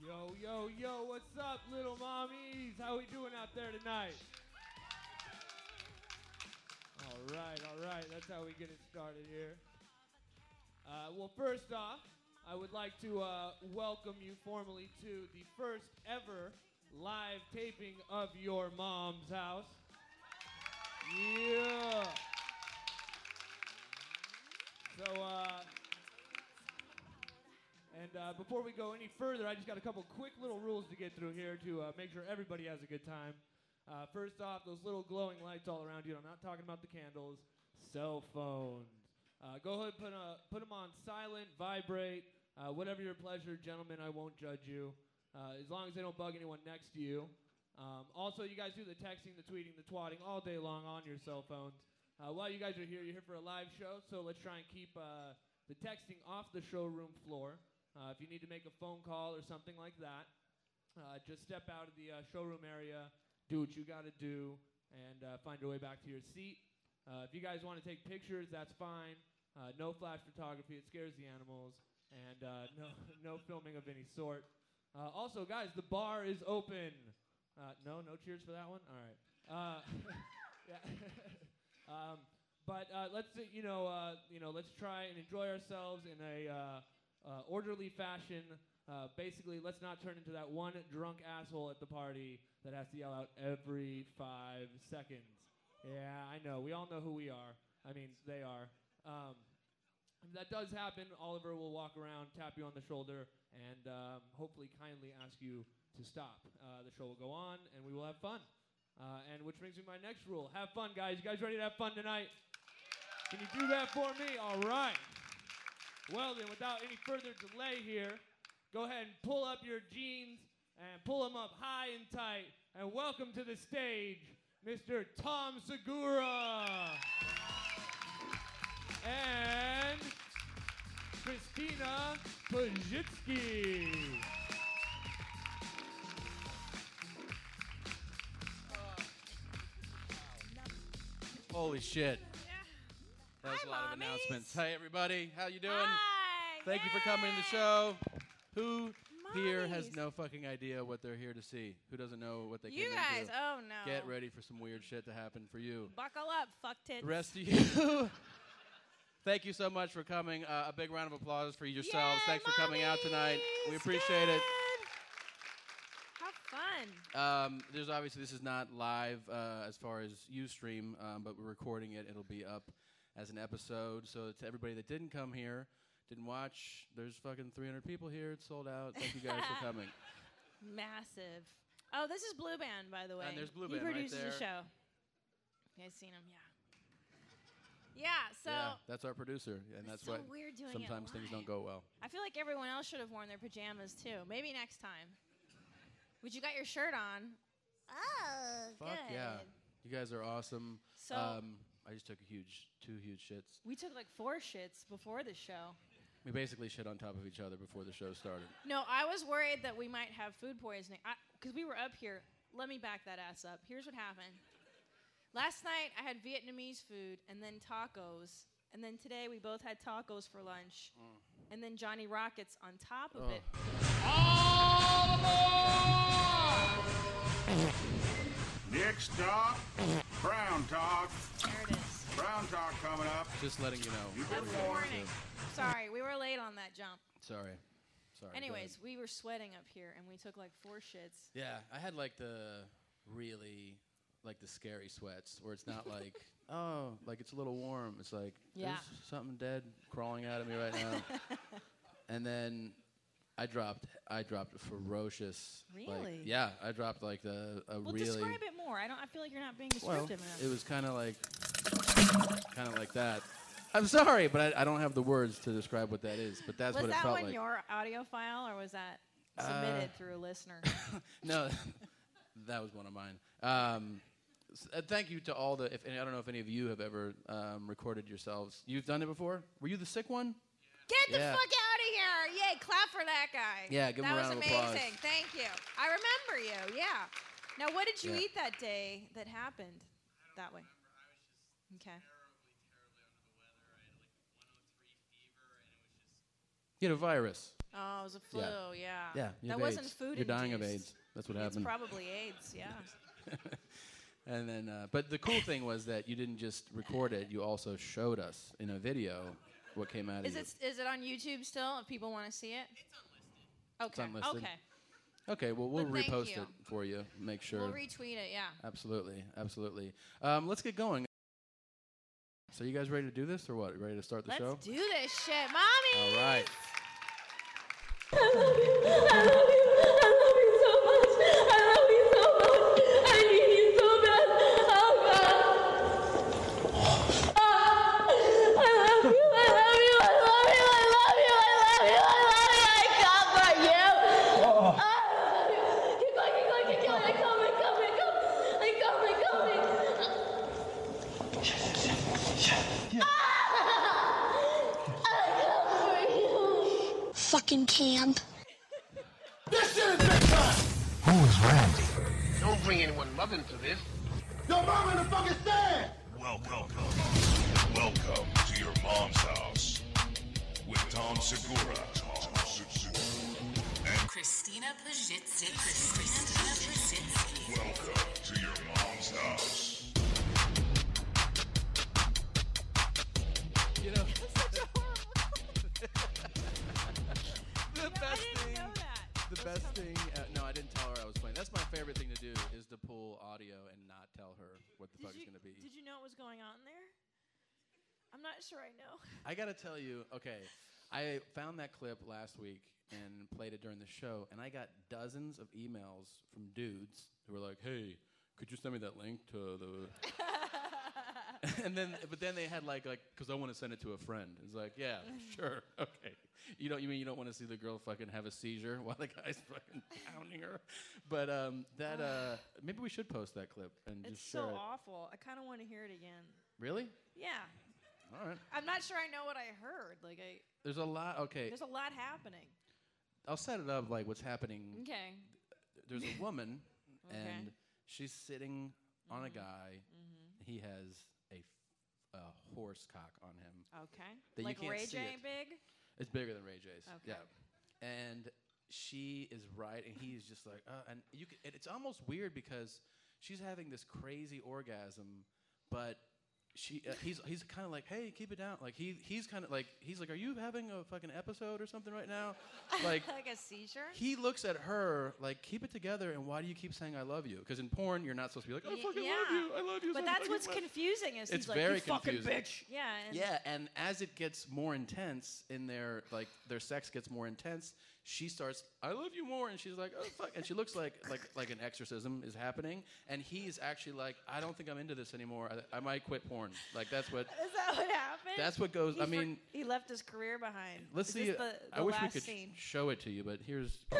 Yo, yo, yo, what's up, little mommies? How we doing out there tonight? All right, all right, that's how we get it started here. Uh, well, first off, I would like to uh, welcome you formally to the first ever live taping of Your Mom's House. Yeah. So, uh, and uh, before we go any further, I just got a couple quick little rules to get through here to uh, make sure everybody has a good time. Uh, first off, those little glowing lights all around you. I'm not talking about the candles, cell phones. Uh, go ahead and put, uh, put them on silent, vibrate, uh, whatever your pleasure, gentlemen. I won't judge you. Uh, as long as they don't bug anyone next to you. Um, also, you guys do the texting, the tweeting, the twatting all day long on your cell phones. Uh, while you guys are here, you're here for a live show, so let's try and keep uh, the texting off the showroom floor. Uh, if you need to make a phone call or something like that, uh, just step out of the uh, showroom area, do what you got to do, and uh, find your way back to your seat. Uh, if you guys want to take pictures, that's fine. Uh, no flash photography; it scares the animals, and uh, no no filming of any sort. Uh, also, guys, the bar is open. Uh, no, no cheers for that one. All right. Uh, yeah. um, but uh, let's uh, you know uh, you know let's try and enjoy ourselves in a uh, uh, orderly fashion. Uh, basically, let's not turn into that one drunk asshole at the party that has to yell out every five seconds. Yeah, I know. We all know who we are. I mean, they are. Um, if that does happen, Oliver will walk around, tap you on the shoulder, and um, hopefully kindly ask you to stop. Uh, the show will go on, and we will have fun. Uh, and which brings me to my next rule: have fun, guys. You guys ready to have fun tonight? Can you do that for me? All right. Well then, without any further delay here, go ahead and pull up your jeans and pull them up high and tight, and welcome to the stage, Mr. Tom Segura and Christina Pajitsky. Holy shit. That was a lot of announcements. Hey everybody, how you doing? Hi, Thank you for coming to the show. Who here has Mommies. no fucking idea what they're here to see? Who doesn't know what they You came guys, into? oh no. Get ready for some weird shit to happen for you. Buckle up, fuck tits. The rest of you. Thank you so much for coming. Uh, a big round of applause for yourselves. Thanks for coming out tonight. We appreciate it. Have fun. Um, there's obviously this is not live uh, as far as UStream, um, but we're recording it. It'll be up as an episode. So to everybody that didn't come here, didn't watch, there's fucking 300 people here. It's sold out. Thank you guys for coming. Massive. Oh, this is Blue Band, by the way. there's Blue he Band right produces there. the show. You guys seen him? Yeah. Yeah. So yeah, that's our producer, and that's it's so why weird doing it sometimes things don't live. go well. I feel like everyone else should have worn their pajamas too. Maybe next time. Would you got your shirt on? Oh, Fuck good. yeah, you guys are awesome. So- um, I just took a huge, two huge shits. We took like four shits before the show. We basically shit on top of each other before the show started. No, I was worried that we might have food poisoning because we were up here. Let me back that ass up. Here's what happened. Last night I had Vietnamese food and then tacos, and then today we both had tacos for lunch, Mm. and then Johnny Rockets on top of it. Next stop, Brown Talk. There it is. Brown Talk coming up. Just letting you know. That was a warning. Sorry, we were late on that jump. Sorry, sorry. go ahead. Anyways, we were sweating up here, and we took like four shits. Yeah, I had like the really like the scary sweats where it's not like oh like it's a little warm. It's like Yeah. there's something dead crawling out of me right now. and then I dropped I dropped ferocious. like- Really? yeah, I dropped like the a Well, really. describe it more. I don't. I feel like you're not being Well, descriptive enough. it was kind of like, kind of like that. I'm sorry, but I, I don't have the words to describe what that is. But that's was what it that felt one like. Uh, your audio file or was that submitted through a listener? no, that was one of mine. Um, s- uh, thank you to all the. If, and I don't know if any of you have ever um, recorded yourselves. You've done it before. Were you the sick one? Get the Yeah. fuck out of here! Yay! Clap for that guy. Yeah, give him a that was round of amazing. applause. Thank you. I remember you. Yeah. Now, what did you Yeah. eat that day that happened that way? Okay. You had a virus. Oh, it was a flu. Yeah. Yeah, you That have wasn't AIDS. food. You're dying of induced. AIDS. That's what It's happened. probably AIDS. Yeah. and then, uh, but the cool thing was that you didn't just record it; you also showed us in a video what came out Is of it is it on YouTube still? If people want to see it. It's Okay. unlisted. Okay. it. Okay, well, we'll But thank repost you. it for you. Make sure. We'll retweet it. Yeah. absolutely, absolutely. Um, let's get going. So, you guys ready to do this or what? Ready to start the Let's show? do this shit, All mommy. right. I love you. I love you. I love you so much. I love you so much. I need you so bad. Oh God. Ah, I love you. I love you. I love you. I love you. I love you. I love you. I come for you. Ah, I love you. Keep going. Keep going. Keep going. I come. I come. I come. I come. I come. I Ah! come for you. fucking camp. Don't bring anyone love into this. Welcome. Welcome to your mom's house with Tom Segura. Christina Pajitsky. Christina Pajitsky. Welcome to your mom's house. You know, the Yeah, I best didn't thing. know that. The best thing. Uh, no, I didn't tell her I was playing. That's my favorite thing to do is to pull audio and not tell her what the fuck you, is going to be. Did you know what was going on there? I'm not sure I know. I gotta tell you, okay, I found that clip last week and played it during the show, and I got dozens of emails from dudes who were like, "Hey, could you send me that link to the?" and then, but then they had like, like, because I want to send it to a friend. It's like, yeah, sure, okay. You don't, you mean you don't want to see the girl fucking have a seizure while the guy's fucking pounding her? But um, that uh, maybe we should post that clip and It's just share so it. awful. I kind of want to hear it again. Really? Yeah. All right. I'm not sure I know what I heard. Like I There's a lot. Okay, there's a lot happening. I'll set it up like what's happening Okay. there's a woman Okay. Mm-hmm. and she's sitting on a guy. He has a, f- a horse cock on him. Okay. That you like can't Ray see J it. big? It's bigger than Ray J's. Okay. Yeah. And she is right, and he is just like, uh, and you. c and it's almost weird because she's having this crazy orgasm, but she uh, he's he's kind of like, hey, keep it down. Like he he's kind of like he's like, are you having a fucking episode or something right now? Like Like a seizure? he looks at her like, keep it together, and why do you keep saying I love you? Because in porn, you're not supposed to be like, I Y- fucking yeah. love you, I love you. so But that's fucking what's much." confusing is It's he's like very you fucking confusing. bitch. Yeah. And Yeah, and as it gets more intense in their like their sex gets more intense, she starts I love you more, and she's like, oh fuck, and she looks like like like an exorcism is happening, and he's actually like, I don't think I'm into this anymore. I, I might quit porn. Like that's what Is that what happened? that's what goes. He I for- mean, he left his career behind. let's Is see. this The, the I wish we last could sh- scene? show it to you, but here's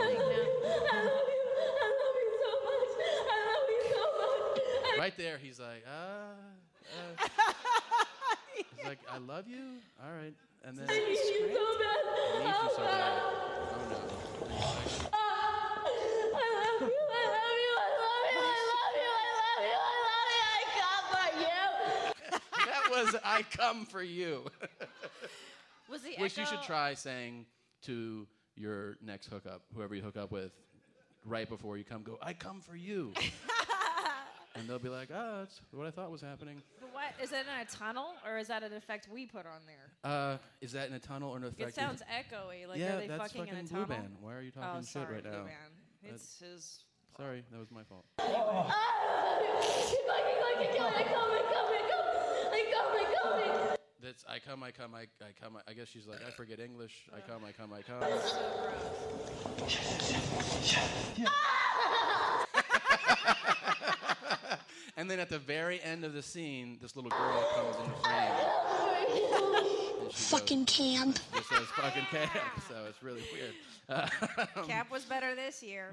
right there. He's like, ah. Uh, He's like, I love you. All right, and then. I need you so bad. Oh no. He's like, that was I come for you. Was the Which you should echo- try saying to your next hookup, whoever you hook up with, right before you come, go, I come for you. and they'll be like, oh, that's what I thought was happening. But What is that in a tunnel or is that an effect we put on there? Uh, is that in a tunnel or an effect? It sounds echoey. Like yeah, are they that's fucking, in a Blue tunnel? Band. Why are you talking Oh, shit sorry, right Blue now? Band. It's his. Sorry, that was my fault. That's I come, I come, I, I come. I guess she's like, I forget English. I come, I come, I come. and then at the very end of the scene, this little girl comes into frame. And she Fucking camp. goes, This is fucking camp, so it's really weird. Uh, Cap was better this year.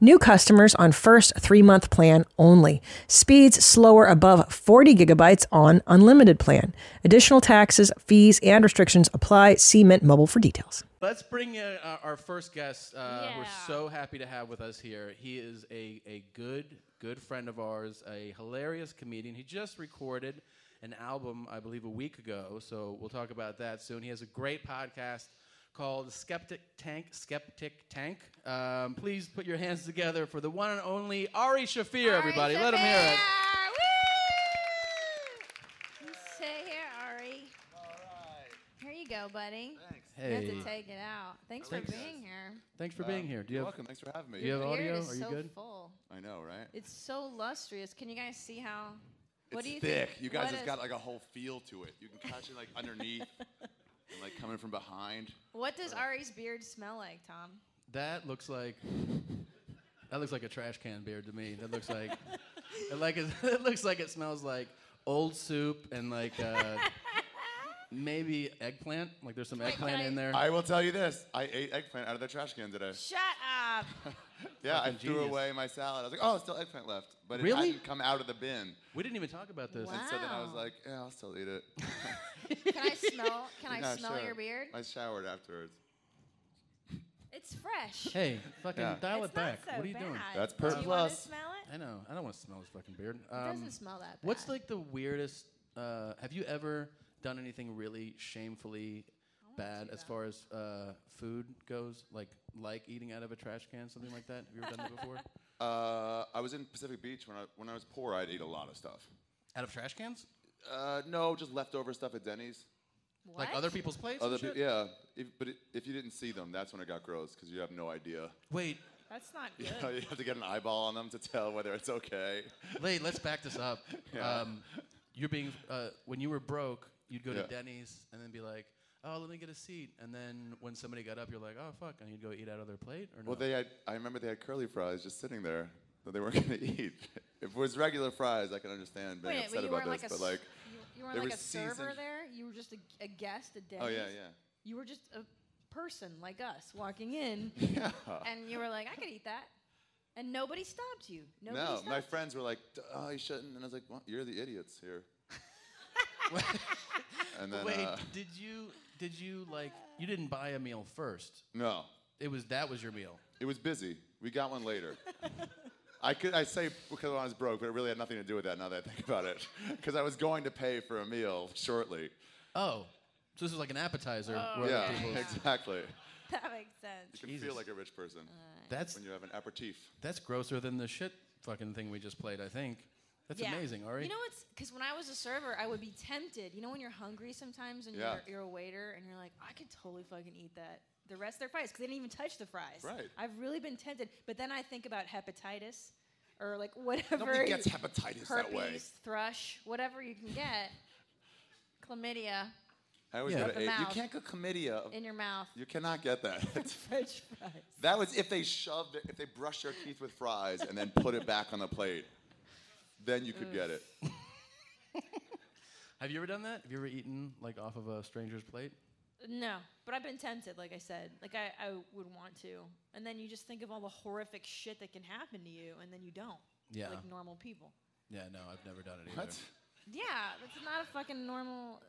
New customers on first three month plan only. Speeds slower above 40 gigabytes on unlimited plan. Additional taxes, fees, and restrictions apply. See Mint Mobile for details. Let's bring in uh, our first guest. Uh, We're Yeah. so happy to have with us here. He is a, a good, good friend of ours, a hilarious comedian. He just recorded an album, I believe, a week ago, so we'll talk about that soon. He has a great podcast called Skeptic Tank, Skeptic Tank. Um, please put your hands together for the one and only Ari Shafir, everybody. Let him hear it. Sit here, Ari. Here you go, buddy. Thanks. You Hey. have to take it out. Thanks Thanks. for being here. Thanks for being here. Do you You're have- welcome. Thanks for having me. do you have Your audio? beard is Are you so good? full. I know, right? It's so lustrous. Can you guys see how? what it's do you thick. think? You guys, what it's is- got like a whole feel to it. You can catch it like underneath and like coming from behind. What does Ari's beard smell like, Tom? That looks like that looks like a trash can beard to me. That looks like it like it, it looks like it smells like old soup and like uh, maybe eggplant. Like there's some eggplant in there. I will tell you this. I ate eggplant out of the trash can today. Shut up. yeah, I Fucking threw genius. away my salad. I was like, oh, still eggplant left. But it Really? hadn't come out of the bin. We didn't even talk about this. And so then I was Wow. like, yeah, I'll still eat it. Can I smell? Can I Yeah, smell sure. your beard? I showered afterwards. It's fresh. Hey, fucking Yeah. dial It's it back. not so what are you bad. doing? That's per Do you want to plus. smell it? I know. I don't want to smell his fucking beard. It doesn't Um, smell that bad. What's like the weirdest? Uh, have you ever done anything really shamefully bad as far as uh, food goes? Like like eating out of a trash can, something like that. Have you ever done that before? Uh, I was in Pacific Beach when I when I was poor. I'd eat a lot of stuff. Out of trash cans? Uh, no, just leftover stuff at Denny's. what? Like other people's plates? Other and shit? people, yeah. If, but it, if you didn't see them, that's when it got gross because you have no idea. Wait, That's not You, good. know, you have to get an eyeball on them to tell whether it's okay. wait, let's back this up. Yeah. Um, you're being uh, when you were broke, you'd go Yeah. to Denny's and then be like, "Oh, let me get a seat." And then when somebody got up, you're like, "Oh fuck," and you'd go eat out of their plate or no? Well, they had. I remember they had curly fries just sitting there that they weren't gonna eat. if it was regular fries, I can understand being Wait, upset but you about weren't this. like a but s- like, you, you weren't there like was a server seasoned- there. You were just a, a guest, a Denny's. oh yeah, yeah. You were just a person like us walking in, yeah. and you were like, "I could eat that," and nobody stopped you. Nobody No, stopped my you. friends were like, "D- "Oh, you shouldn't," and I was like, well, "You're the idiots here." and then, wait, uh, did you did you like you didn't buy a meal first? no, It was that was your meal. It was busy. We got one later. I could I say because I was broke, but it really had nothing to do with that. Now that I think about it, because I was going to pay for a meal shortly. Oh, so this was like an appetizer. Oh, where other yeah, people's- exactly. That makes sense. You can feel like a rich person. That's- when you have an aperitif. That's grosser than the shit fucking thing we just played. I think that's Yeah. amazing, Ari. You know what's because when I was a server, I would be tempted. You know when you're hungry sometimes and Yeah. you're, you're a waiter and you're like, I could totally fucking eat that. The rest of their fries because they didn't even touch the fries. Right. I've really been tempted, but then I think about hepatitis or like whatever. Nobody gets you- hepatitis that herpes, way. thrush, whatever you can get, chlamydia I always Yeah. go Up the to eight. You mouth. can't go chlamydia. in your mouth. You cannot get that. French fries. that was if they shoved, it- if they brushed their teeth with fries and then put it back on the plate. Then you could get it. Have you ever done that? Have you ever eaten like off of a stranger's plate? No, but I've been tempted, like I said. Like I, I would want to. And then you just think of all the horrific shit that can happen to you, and then you don't. Yeah. Like normal people. Yeah, no, I've never done it either. What? Yeah, that's not a fucking normal.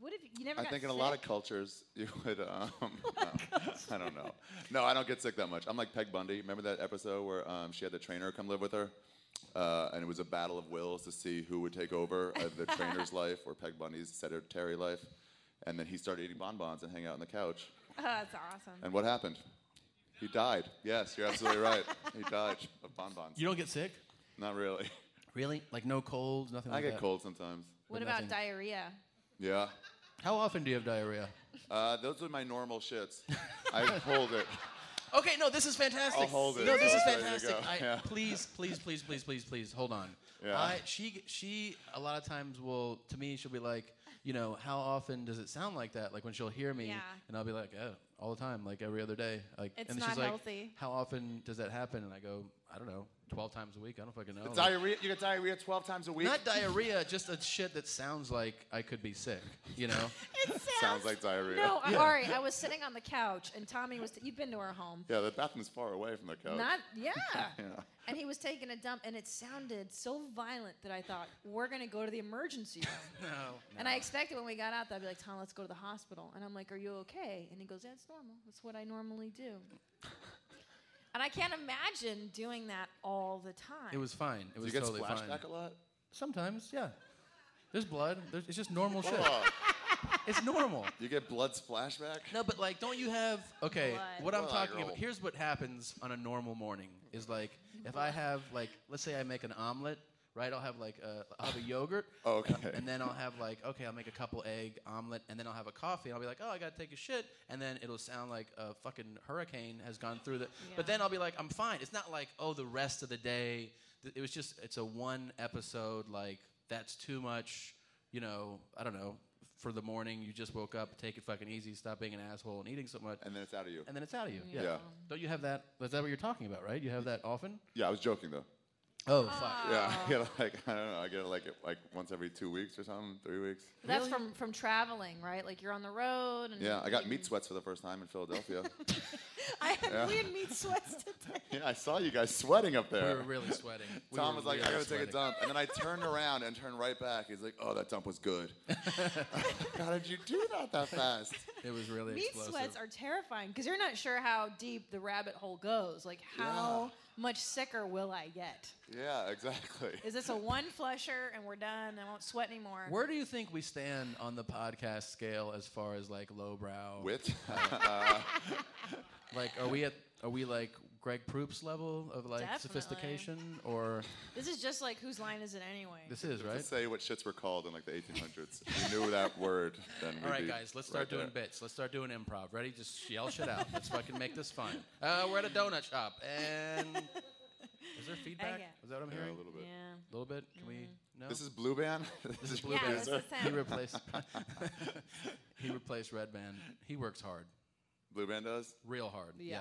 What if you never I got think sick? in a lot of cultures you would. Um, um, I don't know. No, I don't get sick that much. I'm like Peg Bundy. Remember that episode where um, she had the trainer come live with her, uh, and it was a battle of wills to see who would take over uh, the trainer's life or Peg Bundy's sedentary life, and then he started eating bonbons and hanging out on the couch. Oh, that's awesome. And what happened? He died. Yes, you're absolutely right. He died of bonbons. You don't get sick? Not really. Really? Like no colds, nothing I like get that? cold sometimes. what about diarrhea? Yeah. How often do you have diarrhea? Uh, those are my normal shits. I hold it. Okay, no, this is fantastic. I'll hold it. No, this is There you fantastic. go. I, Yeah. Please, please, please, please, please, please, hold on. Yeah. I, she, she, a lot of times will, to me, she'll be like, you know, how often does it sound like that? Like when she'll hear me, Yeah. and I'll be like, oh, all the time, like every other day. Like, It's and then not she's like, healthy. How often does that happen? And I go, I don't know, twelve times a week. I don't fucking know. The Like, diarrhea. You get diarrhea 12 times a week. Not diarrhea, just a shit that sounds like I could be sick. You know. it Sounds like diarrhea. No, I- yeah. Ari, I was sitting on the couch, and Tommy was. T- you've been to our home. Yeah, the bathroom's far away from the couch. Not yeah. yeah. And he was taking a dump, and it sounded so violent that I thought we're gonna go to the emergency room. No. And I expected when we got out that I'd be like, Tom, let's go to the hospital. And I'm like, Are you okay? And he goes, Yeah, it's normal. That's what I normally do. and I can't imagine doing that all the time. It was fine. It Do was you get totally splashed fine. back a lot? Sometimes, yeah. There's blood. There's, it's just normal shit. Oh. It's normal. You get blood splashback? No, but like, don't you have? Okay, Blood. what I'm Blood talking roll. about. Here's what happens on a normal morning: is like, if I have like, let's say I make an omelet, right? I'll have like, a, I'll have a yogurt. Oh, okay. And then I'll have like, okay, I'll make a couple egg omelet, and then I'll have a coffee. I'll be like, oh, I gotta take a shit, and then it'll sound like a fucking hurricane has gone through the. But then I'll be like, I'm fine. It's not like, oh, the rest of the day. th- It was just, it's a one episode. Like that's too much. You know, I don't know. For the morning, you just woke up, take it fucking easy, stop being an asshole and eating so much. And then it's out of you. And then it's out of you. Yeah. Yeah. Don't you have that? Is that what you're talking about, right? You have that often? Yeah, I was joking though. Oh, fuck. Yeah, I get like I don't know. I get like it- like once every two weeks or something, three weeks. But That's from, from traveling, right? Like you're on the road. And Yeah, I got meat sweats for the first time in Philadelphia. I had Yeah. weird meat sweats today. yeah, I saw you guys sweating up there. We were really sweating. We Tom were was like, really I gotta sweating. take a dump, and then I turned around and turned right back. He's like, Oh, that dump was good. How did you do that that fast? It was really Meat sweats are terrifying because you're not sure how deep the rabbit hole goes. Like, how much sicker will I get? Yeah, exactly. Is this a one flusher and we're done? I won't sweat anymore. Where do you think we stand on the podcast scale as far as like lowbrow? Uh, Wit? like, are we at are we like Greg Proop's level of like Definitely. sophistication, or This is just like whose line is it anyway? this is right? To say what shits were called in like the 1800s. If you knew that word, then we'd All right, be guys, let's start right there. doing bits. Let's start doing improv. Ready? Just yell shit out. Let's fucking make this fun. Uh, we're at a donut shop, and is there feedback? Okay. Is that what I'm Yeah, a hearing? little bit. A Yeah. little bit. Can we? No. This is Blue Band. This is Blue Mm. Yeah, Band. that's the sound. he replaced. he replaced Red Band. He works hard. Blue Band does. real hard. Yeah.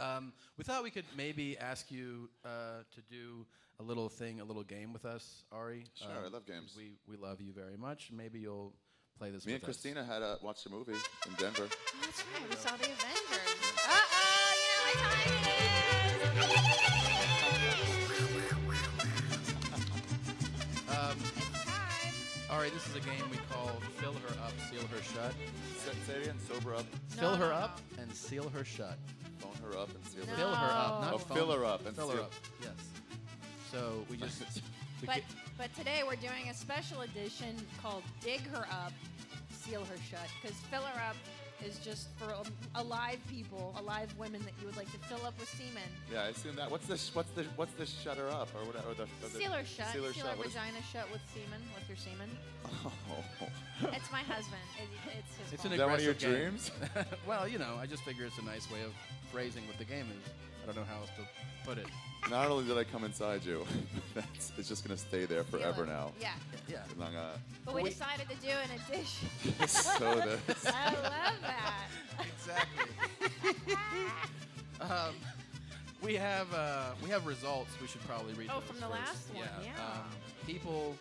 Um, we thought we could maybe ask you uh, to do a little thing, a little game with us, Ari. Sure, Um, I love 'cause games. We we love you very much. Maybe you'll play this. Me with and Christina had uh, watched a movie in Denver. Oh, That's right. We saw the Avengers. Uh oh, you know what time it is. Us. Um, Time. all All right, Um, this is a game we call Fill Her Up, Seal Her Shut. Say, say it again, sober up. Fill her up and seal her shut. Phone her up and seal her Fill her up, not Oh, phone fill her up and Fill her seal- up, yes. So we just. we But get- but today we're doing a special edition called "Dig Her Up, Seal Her Shut" because "Fill Her Up" is just for um, alive people, alive women that you would like to fill up with semen. Yeah, I assume that. What's the sh- what's the what's the shutter up or whatever? Or the, or the Seal her shut. Seal her, shut, what is- vagina shut with semen, with your semen. Oh. it's my husband. It, it's his It's fault. an Is that one of your aggressive game. dreams? well, you know, I just figure it's a nice way of phrasing what the game is. I don't know how else to put it. Not only did I come inside you, that's, it's just gonna stay there forever now. uh, Yeah. Yeah. I'm not gonna- But we decided to do an edition. So this. I love that. Exactly. um, we have uh, we have results. We should probably read. Oh, those from the first. last one, yeah. Um, people,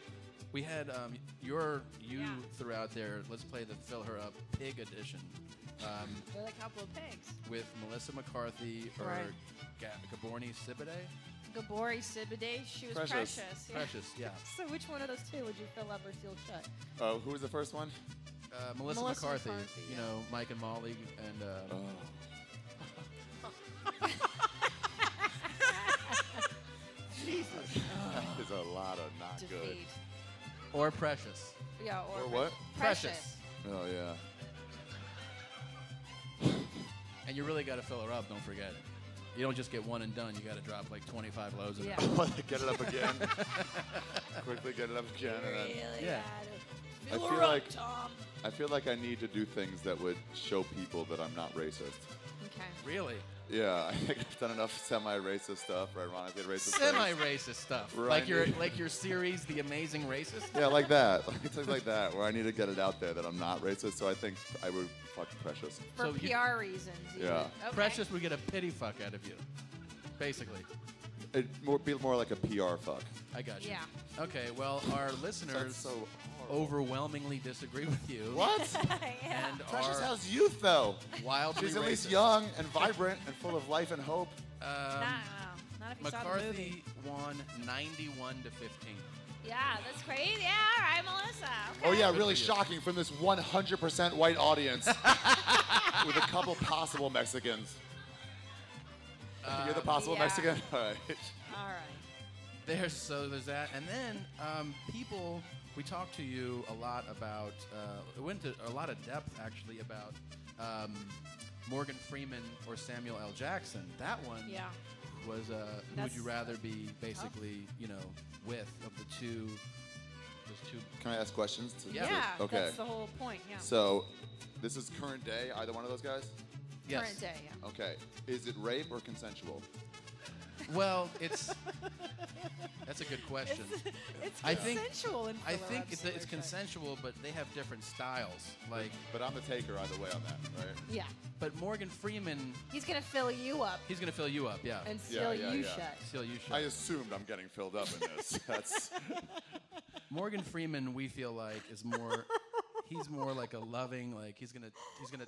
we had um, your you threw out there. Let's play the fill her up pig edition. Um, With a couple of pigs. with Melissa McCarthy or Right. Ga- Gaborni Sibide. Gabori Sibide, she was Precious. precious. yeah. Precious, yeah. so which one of those two would you fill up or seal shut? Uh, who was the first one? Uh, Melissa, Melissa McCarthy, McCarthy, you know Mike and Molly and. Uh, Oh. Jesus. That is a lot of not good. Defeat. Or precious. Yeah, or, Or what? Precious. Oh yeah. And you really got to fill her up. Don't forget. You don't just get one and done. You got to drop like 25 loads of Yeah. it. Get it up again. Quickly get it up again. and then- Really Yeah. I feel like I feel like I need to do things that would show people that I'm not racist. Okay. Really? Yeah, I think I've done enough semi-racist stuff, or ironically racist. things. Semi-racist stuff. Where I Like your need- like your series, The Amazing Racist. Yeah, like that. Like things like that, where I need to get it out there that I'm not racist. So I think I would fuck precious. For So you- PR reasons. you Yeah. would- okay. Precious would get a pity fuck out of you, basically. It'd more, be more like a PR fuck. I got you. Yeah. Okay. Well, our listeners overwhelmingly disagree with you. What? And Precious are has youth though. Wildly She's at least racist. young and vibrant and full of life and hope. Um, Not, not if you saw the movie. McCarthy won 91 to 15. Yeah, that's crazy. Yeah, all right, Melissa. Oh yeah, Good really for you. shocking from this 100% white audience with a couple possible Mexicans. You're the possible Uh, yeah. Mexican. All right. All right. There's so there's that, and then um, people. We talked to you a lot about. Uh, we went to a lot of depth actually about um, Morgan Freeman or Samuel L. Jackson. That one. Yeah. Was uh, who would That's you rather be basically you know with of the two? Those two. Can I ask questions? to- Yeah. to- okay. That's the whole point. Yeah. So, this is current day. Either one of those guys. Yes. Current day, yeah. Okay. Is it rape or consensual? Well, it's that's a good question. it's I think- consensual in I filler think ups, it's, filler it's shut. consensual, but they have different styles. Like, but I'm the taker either way on that, right? Yeah. But Morgan Freeman, He's gonna fill you up. he's gonna fill you up, yeah. And seal Yeah, yeah, you yeah. shut. Seal you shut. I assumed I'm getting filled up in this. That's Morgan Freeman, we feel like is more. He's more like a loving, like he's gonna, he's gonna,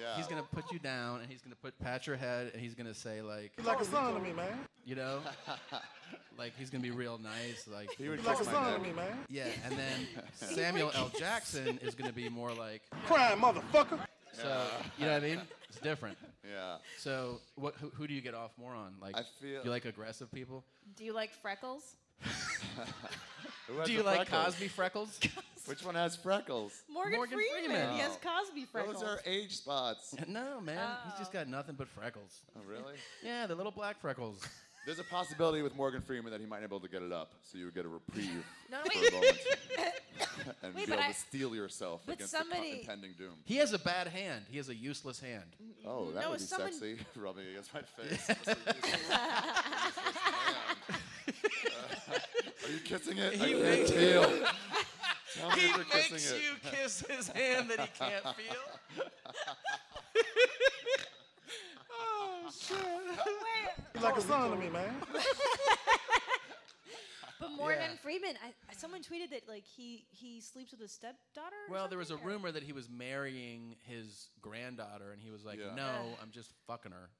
Yeah. he's gonna put you down, and he's gonna put pat your head, and he's gonna say like, You're like a son to me, man. you know, like he's gonna be real nice, like He would You're like kiss a my son to neck. me, man. Yeah, and then He would Samuel L. kiss- Jackson is gonna be more like, Crying motherfucker. so you know what I mean? It's different. Yeah. So what? Who, who do you get off more on? Like, I feel- you like aggressive people. Do you like freckles? Who has Do you the like freckles? Cosby freckles? Which one has freckles? Morgan, Morgan Freeman. Freeman. He has Oh. Cosby freckles. Those are age spots. no, man. He's just got nothing but freckles. Oh, really? Yeah, the little black freckles. There's a possibility with Morgan Freeman that he might be able to get it up, so you would get a reprieve No, for wait. a moment and Wait, be but able I- to steel yourself but against the somebody- co- impending doom. He has a bad hand. He has a useless hand. Oh, that No, would be Mm-hmm. someone- sexy, rubbing against my face. Uh, Are you kissing it? I He can't makes- feel. Tell me he if you're kissing makes it. you kiss his hand that he can't feel. Oh shit. You're like a son to me, man. But Morgan Yeah. Freeman, I, I- someone tweeted that like he he sleeps with his stepdaughter. or Well, there was a something, or- rumor that he was marrying his granddaughter, and he was like, Yeah. "No, I'm just fucking her.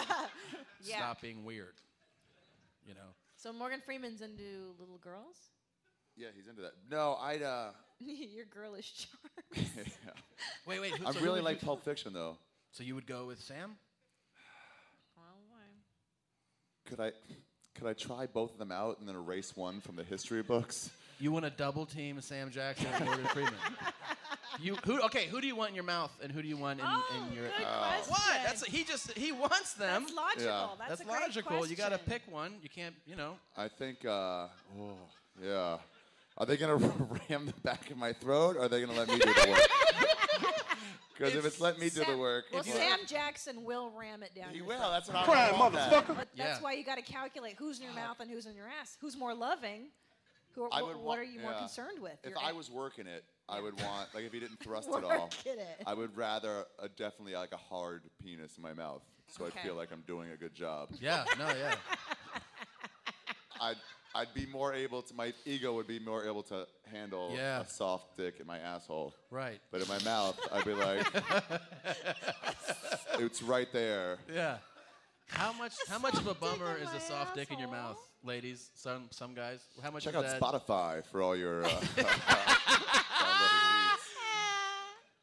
Yeah. Stop being weird." You know. So Morgan Freeman's into little girls. Yeah, he's into that. No, I'd. Uh, Your girlish charm. Wait, wait. who- I so who really would like you- Pulp Fiction though. So you would go Oh, with Sam? Could I? Could I try both of them out and then erase one from the history books? You want to double team Sam Jackson and Morgan Freeman? You who? Okay, who do you want in your mouth and who do you want in, in your? Oh, good Oh. What? question. That's he just he wants them. That's logical. Yeah. That's, That's, a great logical. You got to question. pick one. You can't. You know. I think. Uh, oh, yeah. Are they gonna ram the back of my throat? Or are they gonna let me do the work? Because if it's let me do the Sam- work, Well, it's Sam Jackson will ram it down. He your will, throat. that's what I'm Cry, all about. motherfucker. But Yeah. that's why you got to calculate who's in your mouth and who's in your ass. Who's more loving? Who? Are, I wh- would what, want- are you more yeah. concerned with? If Your I ass- was working it, I would want like if he didn't thrust Work at all. it. I would rather uh, definitely like a hard penis in my mouth, so Okay. I feel like I'm doing a good job. Yeah. No. Yeah. I'd I'd be more able to my ego would be more able to handle Yeah. a soft dick in my asshole. Right. But in my mouth, I'd be like, it's right there. Yeah. How much? How much of a bummer is a soft dick in your mouth, ladies? Some some guys. How much? Check is out that? Spotify for all your. Uh,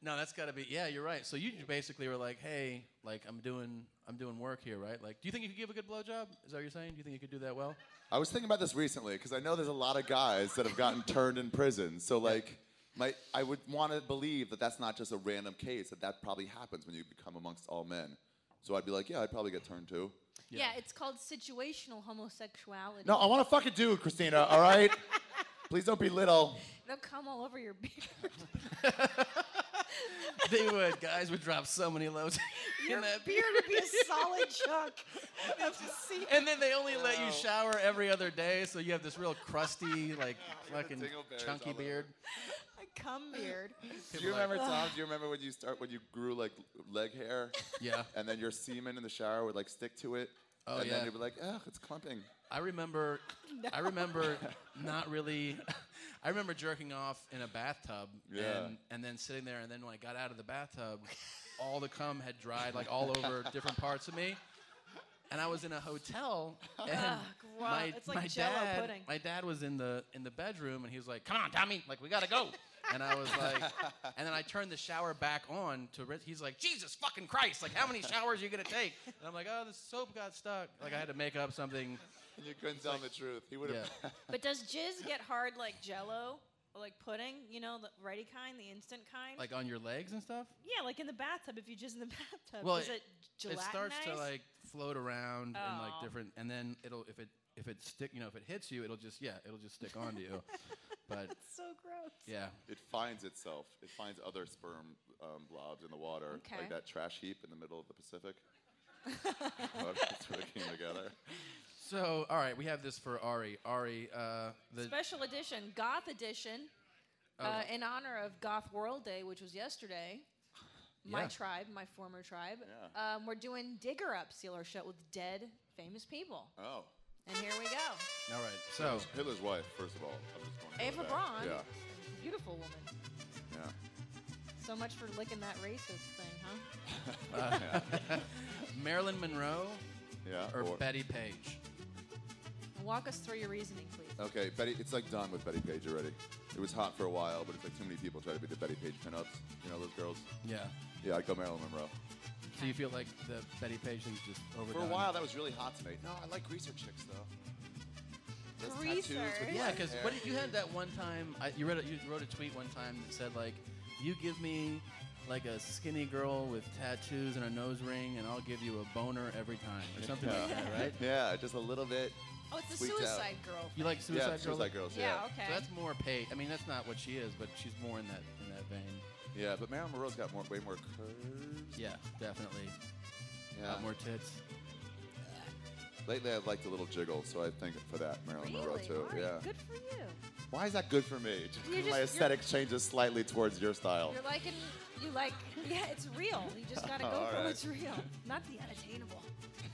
No, that's got to be. Yeah, you're right. So you j- basically were like, "Hey, like I'm doing, I'm doing work here, right? Like, do you think you could give a good blowjob? Is that what you're saying? Do you think you could do that well? I was thinking about this recently because I know there's a lot of guys that have gotten turned in prison. So like, my I would want to believe that that's not just a random case. That that probably happens when you become amongst all men. So I'd be like, yeah, I'd probably get turned too. Yeah. it's called situational homosexuality. No, I want to fuck a dude, Christina. All right. Please don't be little. They'll come all over your beard. they would. Guys would drop so many loads. Your in that beard would be a solid chunk. of just see- And then they only let you shower every other day, so you have this real crusty, like fucking dingleberries chunky all over. beard. A cum beard. Do you remember Tom? Do you remember when you start when you grew like leg hair? Yeah. And then your semen in the shower would like stick to it. Oh, and yeah. then you'd be like, ugh, it's clumping. I remember, I remember not really. I remember jerking off in a bathtub Yeah. and, and then sitting there, and then when I got out of the bathtub, all the cum had dried like all over different parts of me. And I was in a hotel, and Ugh, my, gross. It's like my Jell-O dad, pudding. my dad was in the in the bedroom, and he was like, "Come on, Tommy, like we gotta go." And I was like, and then I turned the shower back on to. rinse- He's like, "Jesus fucking Christ! Like how many showers are you gonna take?" And I'm like, "Oh, the soap got stuck. Like I had to make up something." And you couldn't tell him the truth. He would have. But does jizz get hard like jello? Or Like pudding, you know, the ready kind, the instant kind. like on your legs and stuff. yeah, like in the bathtub. If you jizz in the bathtub, well, Uh, is it, it gelatinized? starts to like float around and like Oh. different, and then it'll if it if it stick, you know, if it hits you, it'll just yeah, it'll just stick onto you. But so gross. yeah, It finds itself. It finds other sperm um, blobs in the water, Okay. like that trash heap in the middle of the Pacific. That's what it came together. so all right, we have this for Ari. Ari, uh, the Special edition, goth edition, Oh, uh, yeah. in honor of Goth World Day, which was yesterday. My Yeah. tribe, my former tribe. Yeah. Um, we're doing digger up sealer show with dead famous people, Oh. and here we go. all right, so Hitler's- Hitler's wife, first of all. I'm just going to go Ava with Braun, that. beautiful woman. Yeah. Yeah. So much for licking that racist thing, huh? uh, Marilyn Monroe Yeah. or, or- Betty Page. Walk us through your reasoning, please. Okay, Betty. It's like done with Betty Page already. It was hot for a while, but it's like too many people try to be the Betty Page pinups. You know those girls. Yeah. Yeah, I'd go Marilyn Monroe. So you feel like the Betty Page thing's just over For a while, that was really hot to me. No, I like greaser chicks though. Those tattoos with Greasers. Yeah, black because hair. what did, you had that one time. I, you read a, you wrote a tweet one time that said like, "You give me like a skinny girl with tattoos and a nose ring, and I'll give you a boner every time," or something like Yeah. that, right? Yeah, just a little bit. Oh, it's the Sweet Town. suicide girl. You like suicide, yeah, girl? Suicide Girls. Yeah, Yeah. okay. So that's more paid. I mean, that's not what she is, but she's more in that in that vein. Yeah, but Marilyn Monroe's got more, way more curves. Yeah, definitely. Yeah. Got more tits. Lately, I've liked a little jiggle, so I think for that Marilyn Monroe Really? too. All right, Yeah. Good for you. Why is that good for me? Just 'cause just- my you're- aesthetic changes slightly towards your style. You're liking, you like, yeah, it's real. You just gotta go All for right. what's real, not the unattainable.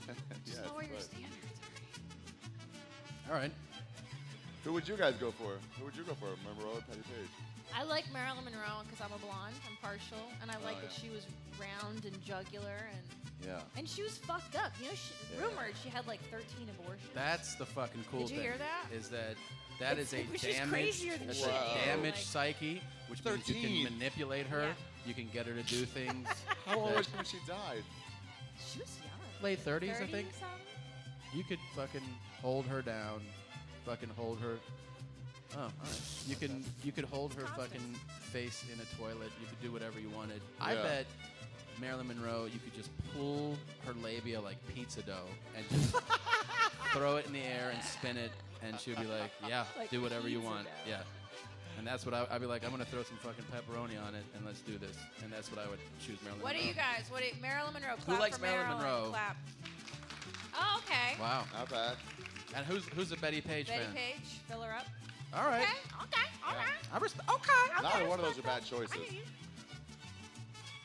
Just Yeah, know where that's your right. standards are. All right. Who would you guys go for? Who would you go for, Monroe or Patty Page? I like Marilyn Monroe because I'm a blonde, I'm partial, and I Oh, like yeah. that she was round and jugular and Yeah. And she was fucked up. You know, she, Yeah. rumored she had like 13 abortions. That's the fucking cool Did you thing. hear that? Is that that It's- is a which is damaged, crazier than that's shit, a yeah. damaged Like- psyche, which means you 13. can manipulate her. You can get her to do things. How old that- was she when she died? She was young. Late 30s, I 30 think. something? You could fucking hold her down, fucking hold her. Oh, all right. You can you could hold her fucking face in a toilet. You could do whatever you wanted. I Yeah. bet Marilyn Monroe, you could just pull her labia like pizza dough and just throw it in the air and spin it, and she'd be like, "Yeah, Like do whatever you pizza want." dough. Yeah. And that's what I, I'd be like. I'm gonna throw some fucking pepperoni on it, and let's do this. And that's what I would choose Marilyn. What do Monroe. you guys? What do you, Marilyn Monroe? Clap likes for Marilyn Monroe? Clap. Oh, okay. Wow. Not bad. And who's who's a Betty Page Betty fan? Page, fill her up. All right. Okay. Okay. All Yeah. right. I respect. Okay. Neither one of those are bad choices.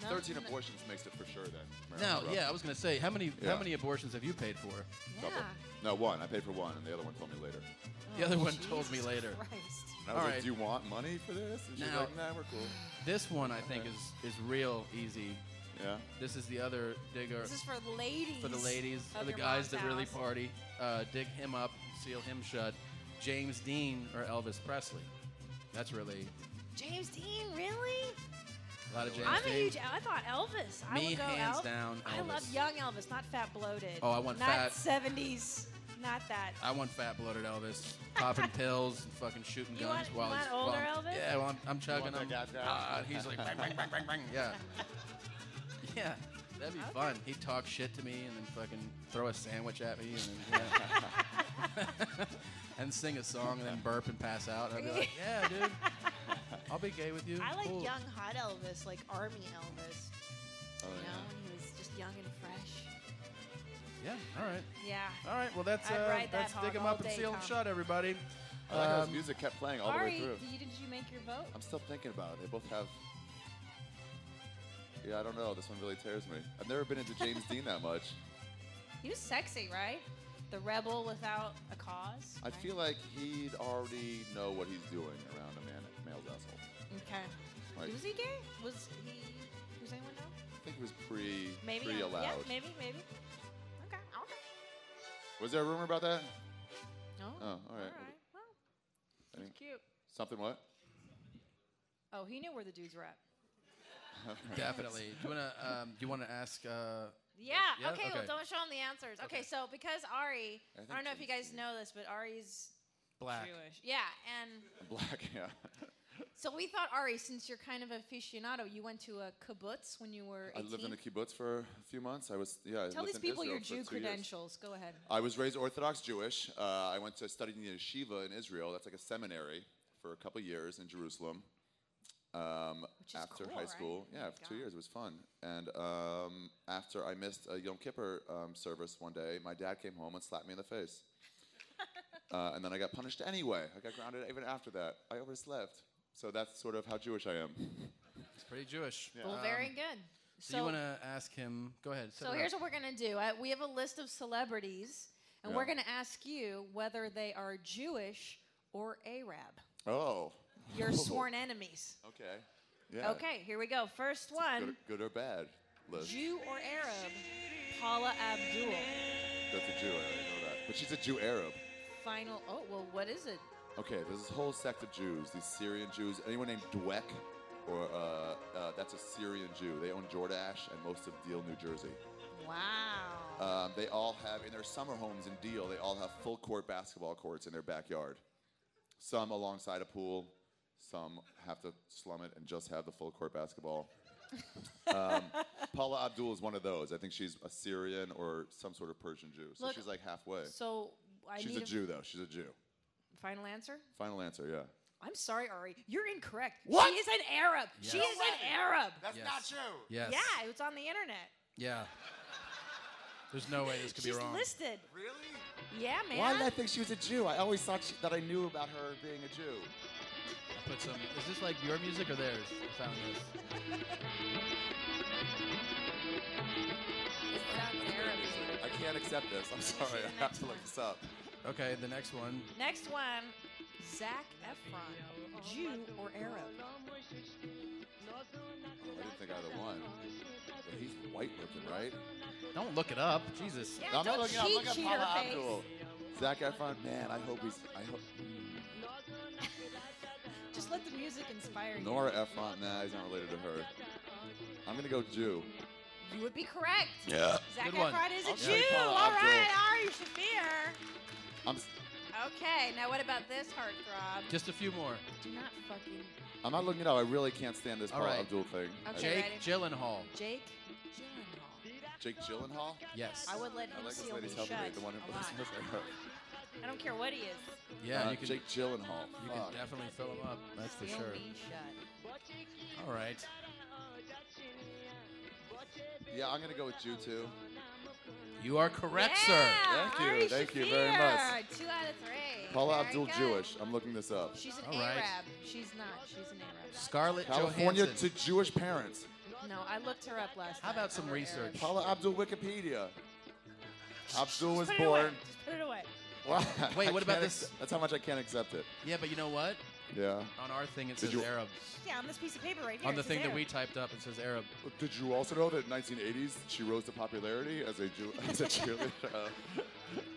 No, 13 no. abortions makes it for sure then. No, Marilyn Monroe. yeah, I was gonna say, how many Yeah. how many abortions have you paid for? Couple. No, one. I paid for one, and the other one told me later. The other Oh, one told me later. And I was All like, right. "Do you want money for this?" And she's Now- like, "Nah, we're cool." This one I think is is real easy. Yeah. This is the other digger. This is for the ladies. for the ladies, for of the your guys mom's that really house. party. Uh, dig him up, seal him shut. James Dean or Elvis Presley. That's really James Dean, really? a lot of James I'm Dean. a huge. I thought Elvis. I Me, would go hands Elvis. down, I love Elvis. young Elvis, not fat bloated. Oh, I want not fat. 70s. Not that. I want fat bloated Elvis, popping pills and fucking shooting You guns want- while you he's want older while I'm- Elvis? Yeah, well, I'm, I'm chugging want him. that guy? Ah, and he's like bang bang bang bang bang. Yeah, yeah, that'd be fun. He'd talk shit to me and then fucking throw a sandwich at me and then, yeah. and sing a song and then burp and pass out. I'd be like, yeah, dude, I'll be gay with you. I like Cool. young, hot Elvis, like Army Elvis. Oh, you know, yeah. when he was just young and fresh. Yeah. All right. Yeah. All right. Well, that's I'd uh, ride that that's hog dig him all up and day, seal him Tom. shut, everybody. I like how his Um, music kept playing all Ari, the way through. Did, you, did you make your vote? I'm still thinking about it. They both have. Yeah, I don't know. This one really tears me. I've never been into James Dean that much. He was sexy, right? The rebel without a cause. I feel like he'd already know what he's doing around a man, male's asshole. Okay. Like, was he gay? Was he? Does anyone know? I think it was pre Maybe. pre uh, allowed. Yeah. Maybe. Maybe. Okay. Okay. Was there a rumor about that? No. Oh, all right. Well, I think- cute. Something what? Oh, he knew where the dudes were at. Definitely. Do you wanna um, do you wanna ask? Uh, Yeah. Yeah? Okay, Well, Okay. don't show him the answers. Okay. So because I Ari, I, think don't know if you guys know this, but Ari's Black. Jewish. Yeah. And Black. Yeah. so we thought Ari, since you're kind of aficionado, you went to a kibbutz when you were. I 18. lived in a kibbutz for a few months. I was yeah. I Tell lived these in people Israel your for Jew two years. credentials. Go ahead. I was raised Orthodox Jewish. Uh, I went to study in the yeshiva in Israel. That's like a seminary for a couple years in Jerusalem. Um, after cool, high right? school, yeah, Oh my after two years, it was fun. And um, after I missed a Yom Kippur um, service one day, my dad came home and slapped me in the face. uh, and then I got punished anyway. I got grounded even after that. I overslept. So that's sort of how Jewish I am. It's pretty Jewish. Well, very good. So, Um, you want to ask him? Go ahead. set So it here's up. what we're going to do. I, we have a list of celebrities, and Yeah. we're going to ask you whether they are Jewish or Arab, Oh. your sworn enemies. Okay. Yeah. Okay, here we go. First one Good, good or bad list. Jew or Arab, Paula Abdul. That's a Jew. I already know that. But she's a Jew Arab. Final. Oh, well, what is it? Okay, there's this whole sect of Jews, these Syrian Jews. Anyone named Dweck, or uh, uh, that's a Syrian Jew. They own Jordash and most of Deal, New Jersey. Wow. Um, they all have in their summer homes in Deal. They all have full court basketball courts in their backyard. Some alongside a pool. Some have to slum it and just have the full court basketball. um, Paula Abdul is one of those. I think she's a Syrian or some sort of Persian Jew. So Look, she's like halfway. So I she's need a Jew, though. She's a Jew. Final answer? Final answer, yeah. I'm sorry, Ari. You're incorrect. What? She is an Arab. She Yes. is an Arab. That's Yes. not true. Yes. Yeah, it was on the internet. Yeah. There's no way this could She's be wrong. listed. Really? Yeah, man. Why did I think she was a Jew? I always thought she, that I knew about her being a Jew. I put some. Is this like your music or theirs? I found this. I can't accept this. I'm sorry. I have to look this up. Okay, the next one. Next one, Zach Efron, Jew or Arab? I didn't think either one. But he's white looking, right? Don't look it up. Jesus. No, I'm not looking up. Look at Paula Abdul. Zach Efron, man, I hope he's. I hope Just let the music inspire you. Nora Ephron, nah, he's not related to her. I'm gonna go Jew. You would be correct. Yeah. Zach Good one. Efron is a Okay. Jew. Paula All Abdul. right, Ari Shafir. I'm. s- Okay, now what about this heartthrob? Just a few more. Do not fucking. I'm not looking it up. I really can't stand this All Paula right. Abdul thing. Okay, Jake, ready? Gyllenhaal. Jake Gyllenhaal. Jake Gyllenhaal. Yes. I would let him I like this seal me lady's helping me. shut The one a who lot. I don't care what he is. Yeah, Uh, you can- Jake Gyllenhaal. You Fuck. can definitely fill him up. That's for seal sure. me shut. All right. Yeah, I'm gonna go with Jew too. You are correct, Yeah, Thank you. Ari Thank you very much. Shafir, Two out of three. Paula Very Abdul good. Jewish. I'm looking this up. She's an All right. Arab. She's not. She's an Arab. Scarlett California Johansson. to Jewish parents. No, I looked her up last How night. about some Other research? Paula Abdul Wikipedia. Abdul was Put it away. born. Just put it away. Wow, Wait, I what about can't this- accept- that's how much I can't accept it. Yeah, but you know what? Yeah. On our thing, it Did says you- Arabs. Yeah, on this piece of paper right here. On the it says thing that Arab. we typed up, it says Arab. Did you also know that in 1980s she rose to popularity as a Jew, as a cheerleader? Uh,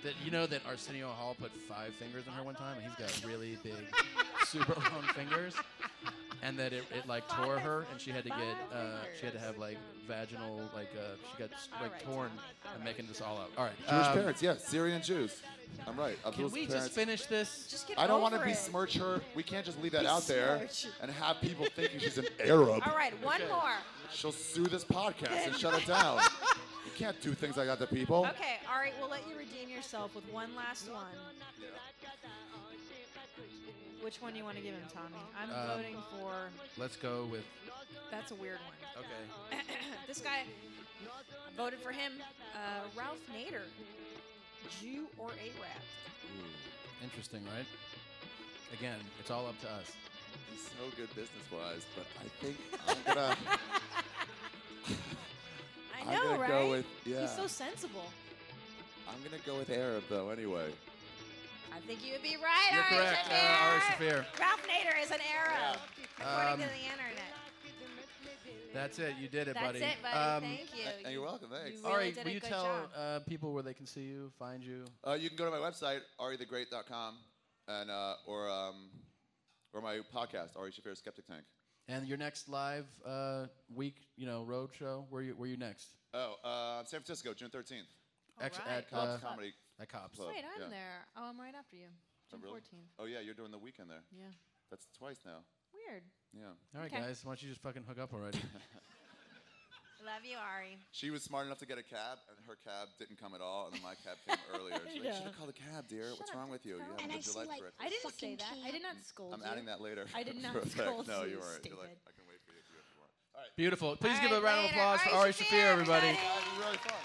That you know that Arsenio Hall put five fingers on her one time, and he's got really big, super long fingers, and that it, it like tore her, and she had to get uh, she had to have like vaginal like uh, she got s- like torn. I'm making this all up. All right, Jewish um, parents, yes, Syrian Jews. I'm right. Can Abdul's we parents. just finish this? Just get I don't want over to it. besmirch her. We can't just leave that out there Besmirch. and have people thinking she's an Arab. All right, one more. She'll sue this podcast and shut it down. You can't do things like that to people. Okay, all right, we'll let you redeem yourself with one last one. Which one do you want to give him, Tommy? I'm Um, voting for. Let's go with That's a weird one. okay. this guy I voted for him. Uh, Ralph Nader, Jew or Arab? Mm. Interesting, right? Again, it's all up to us. He's so good business wise, but I think I'm gonna. I I'm know, gonna right? go with- yeah. He's so sensible. I'm gonna go with Arab though. Anyway. I think you would be right, You're Ari correct, uh, Ari Shaffir. Ralph Nader is an Arab, according Um, to the internet. That's it. You did it, That's buddy. it, buddy. Thank you. and you're welcome. Thanks. you really Ari, did will a you good tell job. uh, people where they can see you, find you? Uh, you can go to my website, arithegreat.com, and uh, or um, or my podcast, Ari Shafir Skeptic Tank. And your next live uh, week, you know, road show. Where you? Where you next? Oh, uh, San Francisco, June 13th. Ex- Alright. at Cobb's uh, Comedy At Cobb's. Club. Wait, yeah. I'm there. Oh, I'm right after you. Oh, June really? 14th. Oh yeah, you're doing the weekend there. Yeah. That's twice now. Weird. Yeah. All right, Okay. guys. Why don't you just fucking hook up already? Love you, Ari. She was smart enough to get a cab, and her cab didn't come at all, and then my cab came earlier. She's like, you Yeah. should have called a cab, dear. What's wrong with you? You girl. haven't And lived your life correctly. I didn't say that. I did not scold I'm you. adding that later. I did For a not fact. scold No, you you, weren't. You're stupid. like, I can wait for you if you if you want. All right. Beautiful. Please All give a right, round of later. applause for Ari Shafir, everybody. everybody. That was really fun.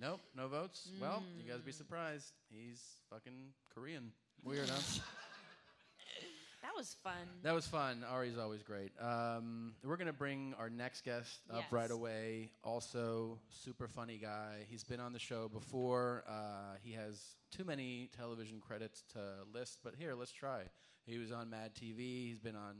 nope, no votes. Well, you guys be surprised. He's fucking Korean. Weird, huh? That was fun. That was fun. Ari's always great. Um, we're going to bring our next guest up Yes. right away. Also, super funny guy. He's been on the show before. Uh, he has too many television credits to list, but here, let's try. He was on Mad TV. He's been on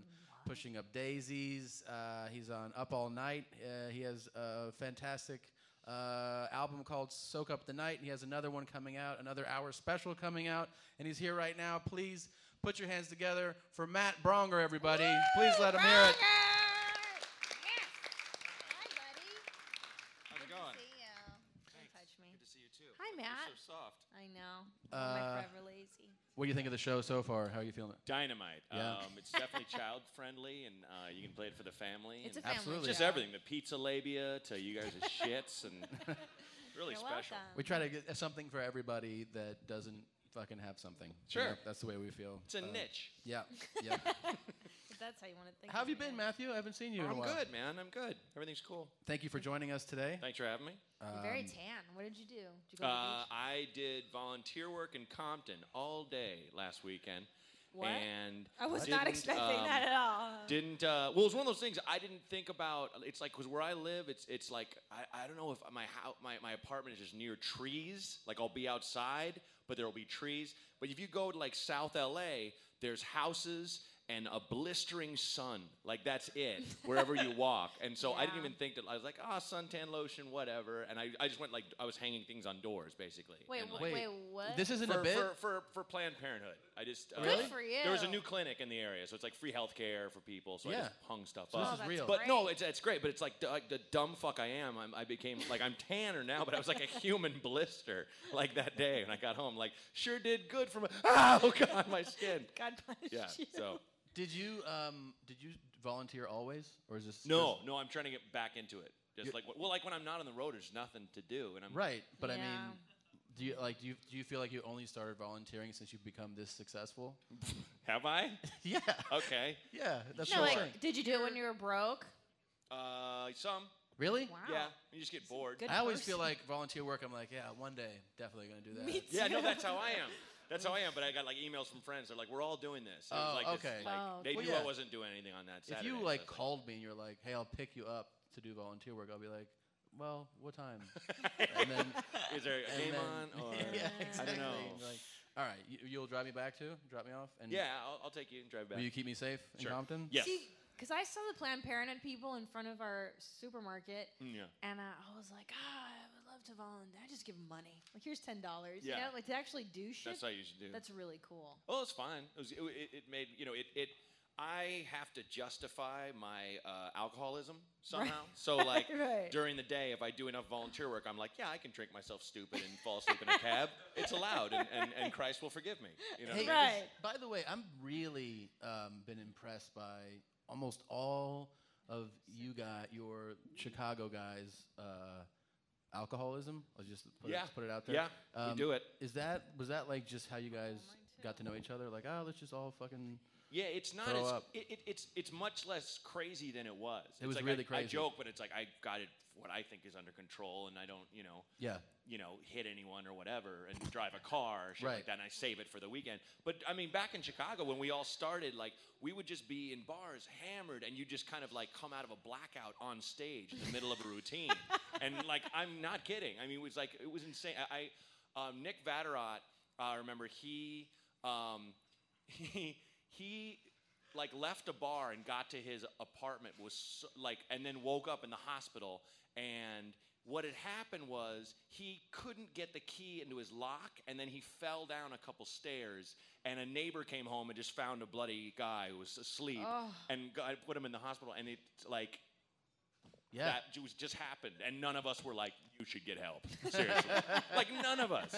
Pushing Up Daisies. Uh, he's on Up All Night. Uh, he has a fantastic uh, album called Soak Up the Night. He has another one coming out, another hour special coming out, and he's here right now. Please put your hands together for Matt Bronger, everybody. Please let him hear it. How's it going? Good to see you too. Hi, Matt. You're so soft. I know. Uh, I'm forever lazy. What do you think of the show so far? How are you feeling? Dynamite. Yeah. Um, it's definitely child friendly, and uh, you can play it for the family. It's and a family Absolutely. Just show. everything the pizza labia to you guys' shits, and really special. We try to get something for everybody that doesn't fucking have something. you Sure. know? that's the way we feel. Uh, It's a niche. Yeah. Yeah. If that's how you want to think. How have of you it, been, yeah. Matthew? I haven't seen you in a I'm while. good, man. I'm good. Everything's cool. Thank you for joining us today. Thanks for having me. You're Um, very tan. What did you do? Did you go to the Uh, I did volunteer work in Compton all day last weekend. What? And I was not didn't, expecting um, that at all. Didn't uh, well, it was one of those things I didn't think about. It's like because where I live, it's it's like I, I don't know if my house my, my apartment is just near trees. Like I'll be outside, but there will be trees. But if you go to like South LA, there's houses and a blistering sun. Like that's it wherever you walk. And so I didn't even think that I was like ah suntan lotion whatever. And I, I just went like I was hanging things on doors basically. Wait, And, wh- like- wait, what? This isn't a for, bit? for, for for Planned Parenthood. I just uh, Good Really? for There was a you. new clinic in the area, so it's like free healthcare for people. So I Yeah. just hung stuff So up. this Oh, is that's real. But no, it's it's great. But it's like the, like the dumb fuck I am. I'm, I became like I'm tanner now, but I was like a human blister like that day when I got home. Like sure did good for my ah, oh god my skin. God bless yeah. you. So Um, Did you um did you volunteer always or is this no no, I'm trying to get back into it. Just You- like well, like when I'm not on the road, there's nothing to do, and I'm Right, but I Yeah. mean, do you like do you do you feel like you only started volunteering since you've become this successful? Have I? yeah. Okay. Yeah, that's what no, I'm like, saying. did you do it when you were broke? Uh, some. Really? Wow. Yeah. You just get bored. good I always feel person. like volunteer work. I'm like, yeah, one day definitely gonna do that. Me Yeah, no, too. that's how I am. That's how I am. But I got like emails from friends. They're like, "We're all doing this." It was Oh, like this, okay. like, Oh, they Well, knew yeah. I wasn't doing anything on that If Saturday. you so like it's called me and you're like, hey, I'll pick you up to do volunteer work, I'll be like, well, what time? and then Is there a and game then- on, or- yeah, I exactly. don't know. You're Like, all right, you, you'll drive me back to, drop me off, and yeah, I'll, I'll take you and drive back. will you keep me safe in Sure. Compton? Yes. Because I saw the Planned Parenthood people in front of our supermarket, Mm, yeah. and uh, I was like, ah, I would love to volunteer. I just give 'em money. Like, here's $10. You Yeah. know, like, to actually do shit. That's what you should do. That's really cool. Well, it's fine. It, was, it, it, it made you know it. it I have to justify my uh, alcoholism somehow. So like Right. during the day, if I do enough volunteer work, I'm like, yeah, I can drink myself stupid and fall asleep in a cab. It's allowed, and, and, and Christ will forgive me. You know, what I Hey, mean? this- By the way, I'm really um, been impressed by almost all of you guys, your Chicago guys, uh, alcoholism. I'll just put, Yeah. it, put it out there. Um, Yeah, we do it. Is that was that like just how you guys got to know each other? Like, oh, let's just all fucking. Yeah, it's not throw as up. it, it, it's it's much less crazy than it was. It It's was like really I, I crazy. joke, but it's like I got it what I think is under control, and I don't you know Yeah. you know hit anyone or whatever, and drive a car or shit Right. like that, and I save it for the weekend. But I mean, back in Chicago when we all started, like we would just be in bars hammered, and you just kind of like come out of a blackout on stage in the middle of a routine, and like I'm not kidding. I mean, it was like it was insane. I, I um, Nick Vatterott I remember he um, he he like left a bar and got to his apartment was so, like and then woke up in the hospital and what had happened was he couldn't get the key into his lock and then he fell down a couple stairs and a neighbor came home and just found a bloody guy who was asleep Ugh. and got, put him in the hospital and it like Yeah. that ju- was just happened and none of us were like you should get help seriously like none of us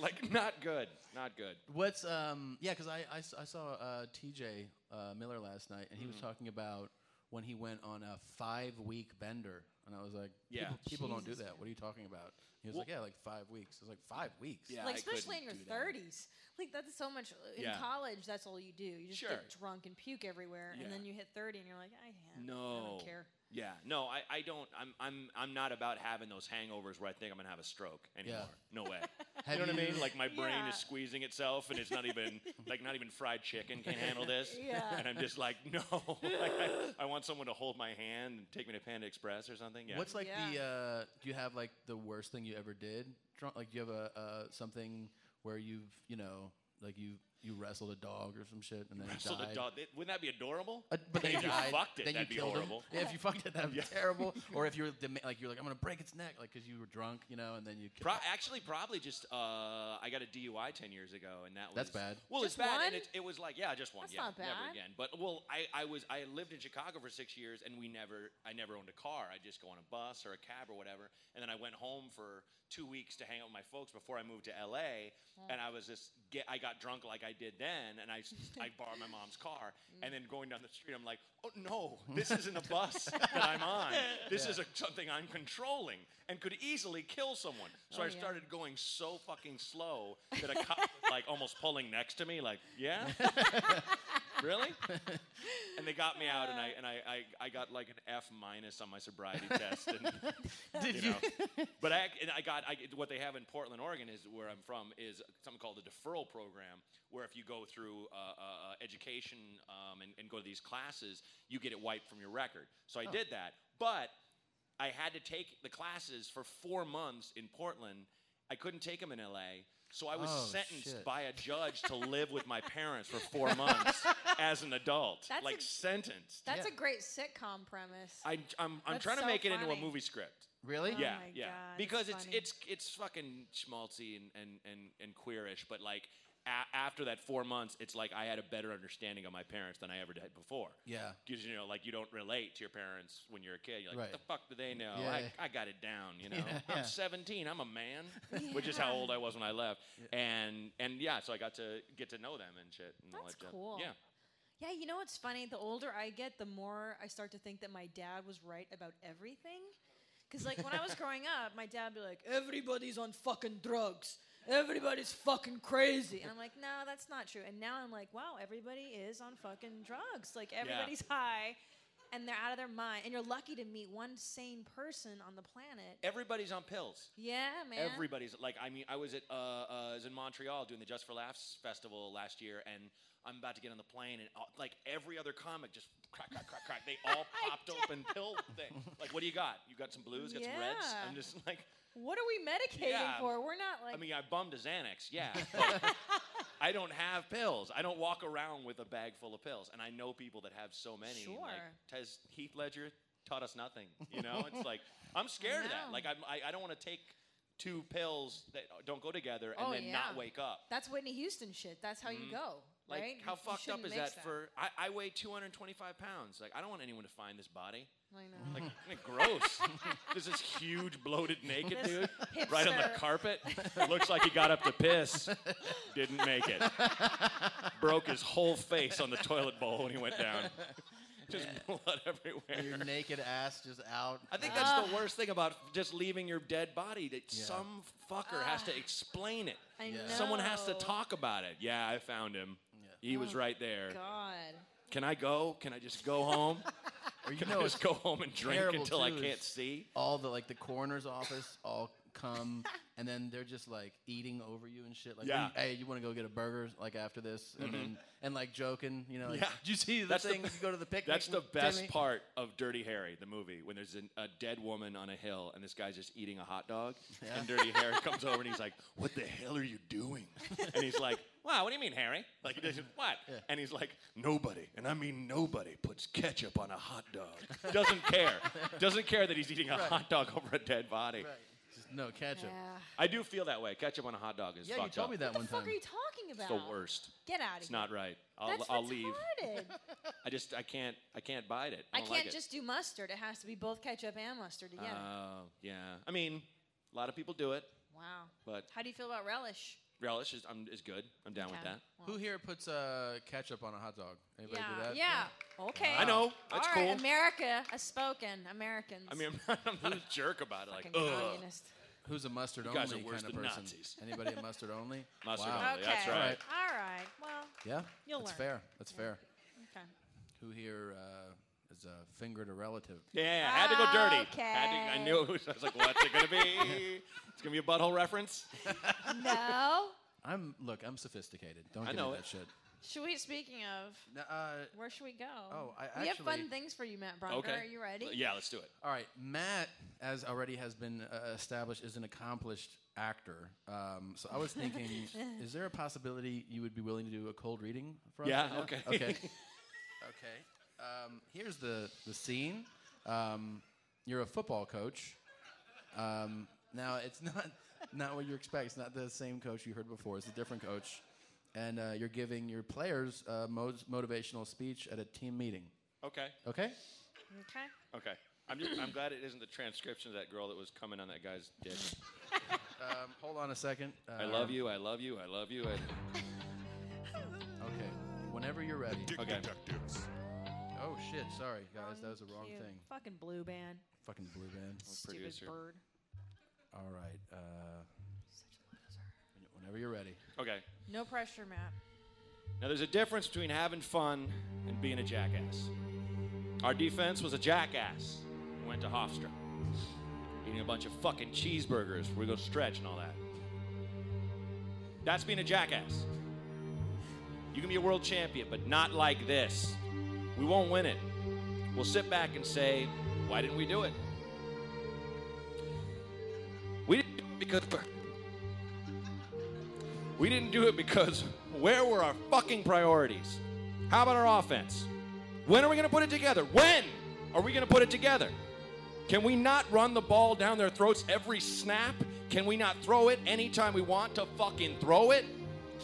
like not good not good What's um yeah? Because I, I s- I saw uh, T.J. Uh, Miller last night, and he was Mhm. talking about when he went on a five week bender, and I was like, Yeah. people, people don't do Jesus. that. What are you talking about? He was Well- like, yeah, like five weeks. I was like, five weeks. like especially in your 30s. Like that's so much in Yeah. college. That's all you do. You just Sure. get drunk and puke everywhere, Yeah. and then you hit 30, and you're like, I can't. no I don't care. yeah no I, I don't I'm, I'm i'm not about having those hangovers where i think i'm gonna have a stroke anymore no way Have you know what i you- mean like my brain Yeah. is squeezing itself and it's not even like not even fried chicken can handle this Yeah. and i'm just like no like, I, I want someone to hold my hand and take me to panda express or something yeah What's like the uh, do you have like the worst thing you ever did? Drunk, like do you have a uh, something where you've you know like you you wrestled a dog or some shit and then it wrestled died? a dog. Th- Wouldn't that be adorable? Uh, but then if you died, fucked it, then you that'd be killed him. horrible. Yeah, if you fucked it, that'd be Yeah. terrible. Or if you're dema- like you're like I'm gonna break its neck, like because you were drunk, you know, and then you. Pro- actually, probably just uh, I got a DUI ten years ago, and that was That's bad. Well, Just it's bad, one? and it, it was like yeah, just one. That's yeah, not never bad. again. But well, I, I was I lived in Chicago for six years, and we never I never owned a car. I just go on a bus or a cab or whatever, and then I went home for two weeks to hang out with my folks before I moved to L.A. Mm. And I was just get I got drunk like I did then, and I s- I borrowed my mom's car, Mm. and then going down the street, I'm like, oh no, this isn't a bus that I'm on. This Yeah. is a something I'm controlling and could easily kill someone. So Oh, I yeah. started going so fucking slow that a cop was like almost pulling next to me, like, yeah? really? And they got me out and I and I, I, I got like an F minus on my sobriety test and Did you you- know. But I and I got I, what they have in Portland, Oregon is where I'm from is something called the deferral program where if you go through uh, uh, uh, education um, and, and go to these classes, you get it wiped from your record. So I Oh. did that. But I had to take the classes for four months in Portland. I couldn't take them in LA. So I was Oh, sentenced shit. by a judge to live with my parents for four months as an adult. That's like a- sentenced. That's a great sitcom premise. I, I'm, I'm That's trying to so make it into a funny. movie script. Really? Oh yeah, my yeah. God, it's because it's funny. it's it's fucking schmaltzy and and and, and queerish, but like a- after that four months, it's like I had a better understanding of my parents than I ever did before. Yeah. because you know, like you don't relate to your parents when you're a kid. You're like, Right. what the fuck do they know? Yeah. I, I got it down. You know, Yeah, I'm yeah. 17. I'm a man, which is how old I was when I left. And and yeah, so I got to get to know them and shit. And all That's that jazz. cool. Yeah. Yeah, you know what's funny? The older I get, the more I start to think that my dad was right about everything. Because, like, when I was growing up, my dad would be like, everybody's on fucking drugs. Everybody's fucking crazy. And I'm like, no, that's not true. And now I'm like, wow, everybody is on fucking drugs. Like, everybody's high and they're out of their mind. And you're lucky to meet one sane person on the planet. Everybody's on pills. Yeah, man. Everybody's like, I mean, I was at, uh, uh, I was in Montreal doing the Just for Laughs festival last year, and I'm about to get on the plane, and all, like every other comic just crack, crack, crack, crack. They all popped open pill thing. Like, what do you got? You got some blues? Got some reds? Yeah. I'm just like, What are we medicating Yeah. for? We're not like. I mean, I bummed a Xanax, yeah. but I don't have pills. I don't walk around with a bag full of pills, and I know people that have so many. and, Like, Sure. has Heath Ledger taught us nothing? You know, it's like I'm scared of that. know. Like I'm, I, I don't want to take two pills that don't go together and Oh, then yeah. not wake up. That's Whitney Houston shit. That's how Mhm. you go. Like right? how You fucked up shouldn't is mix that, for? I, I weigh 225 pounds. Like I don't want anyone to find this body. I know. Like, kinda gross. There's this huge bloated naked This dude right on the hipster. carpet. Looks like he got up to piss, didn't make it. Broke his whole face on the toilet bowl when he went down. Just blood everywhere. Your naked ass just out. I think that's Ah. the worst thing about just leaving your dead body that Yeah. some fucker has to explain it. Ah. I Yeah. Someone has to know. talk about it. Yeah, I found him. He was Oh, right there. God. Can I go? Can I just go home? Or you Can know I just it's go home and drink terrible, until I too, is can't see? All the like the coroner's office all come, and then they're just like eating over you and shit. Like, Yeah. hey, you want to go get a burger like after this, Mhm. and then, and like joking, you know? Like, Yeah. Did you see the That's the thing? you go to the picnic. That's the with best Timmy?" part of Dirty Harry, the movie, when there's an, a dead woman on a hill and this guy's just eating a hot dog, and Dirty Harry comes over and he's like, "What the hell are you doing?" and he's like, "Wow, what do you mean, Harry? Like, he doesn't what?" And he's like, "Nobody, and I mean nobody, puts ketchup on a hot dog. Doesn't care. Doesn't care that he's eating a Right. hot dog over a dead body. Just, no ketchup. I do feel that way. Ketchup on a hot dog is Yeah, you fucked told up. me that What the fuck are you talking It's about? the worst. Get out of It's here. not right. I'll That's I'll leave. retarded. I just I can't I can't bite it. I don't can't like it. just do mustard. It has to be both ketchup and mustard together. Oh, yeah. I mean, a lot of people do it, wow. but How do you feel about relish? relish is, I'm, is good. I'm down with Okay. that. Who here puts uh, ketchup on a hot dog? Anybody do yeah. that? Yeah. Okay. I know. That's All right. cool. America has spoken. Americans. I mean, I'm not, I'm not a jerk about it. Like, Fucking ugh. communist. Who's a mustard You only guys are worse kind of than person? Nazis. Anybody a mustard only? Mustard Wow. only, that's Okay. right. All right. Well. Yeah, You'll that's learn. fair. That's fair. Okay. Who here uh, has uh, fingered a relative? Yeah, yeah, yeah. I had to go dirty. Had to, I knew it was. I was like, what's it gonna be? it's gonna be a butthole reference. No. I'm look. I'm sophisticated. Don't I give know me it. that shit. Should we? Speaking of. uh, where should we go? oh, I we have fun actually- things for you, Matt Bronner. Are you ready? Yeah, let's do it. All right, Matt, as already has been uh, established, is an accomplished actor. Um, so I was thinking, is there a possibility you would be willing to do a cold reading for us? Yeah, right now? okay. Okay. okay. Um, here's the the scene. Um, you're a football coach. Um, now it's not not what you expect. It's not the same coach you heard before. It's a different coach, and uh, you're giving your players a mo- motivational speech at a team meeting. Okay. Okay. Okay. Okay. I'm just, I'm glad it isn't the transcription of that girl that was coming on that guy's dick. Um, hold on a second. I love you. I love you. I love you. I, Uh, Okay. Whenever you're ready. Okay. Oh shit! Sorry, guys, that was the wrong Cute. thing. Fucking blue band. Fucking blue band. Stupid bird. All right. Uh, Whenever you're ready. okay. No pressure, Matt. Now, there's a difference between having fun and being a jackass. Our defense was a jackass. We went to Hofstra, eating a bunch of fucking cheeseburgers. We go stretch and all that. That's being a jackass. You can be a world champion, but not like this. We won't win it. We'll sit back and say, why didn't we do it? We didn't do it because we're we didn't do it because where were our fucking priorities? How about our offense? When are we going to put it together? When are we going to put it together? Can we not run the ball down their throats every snap? Can we not throw it anytime we want to fucking throw it?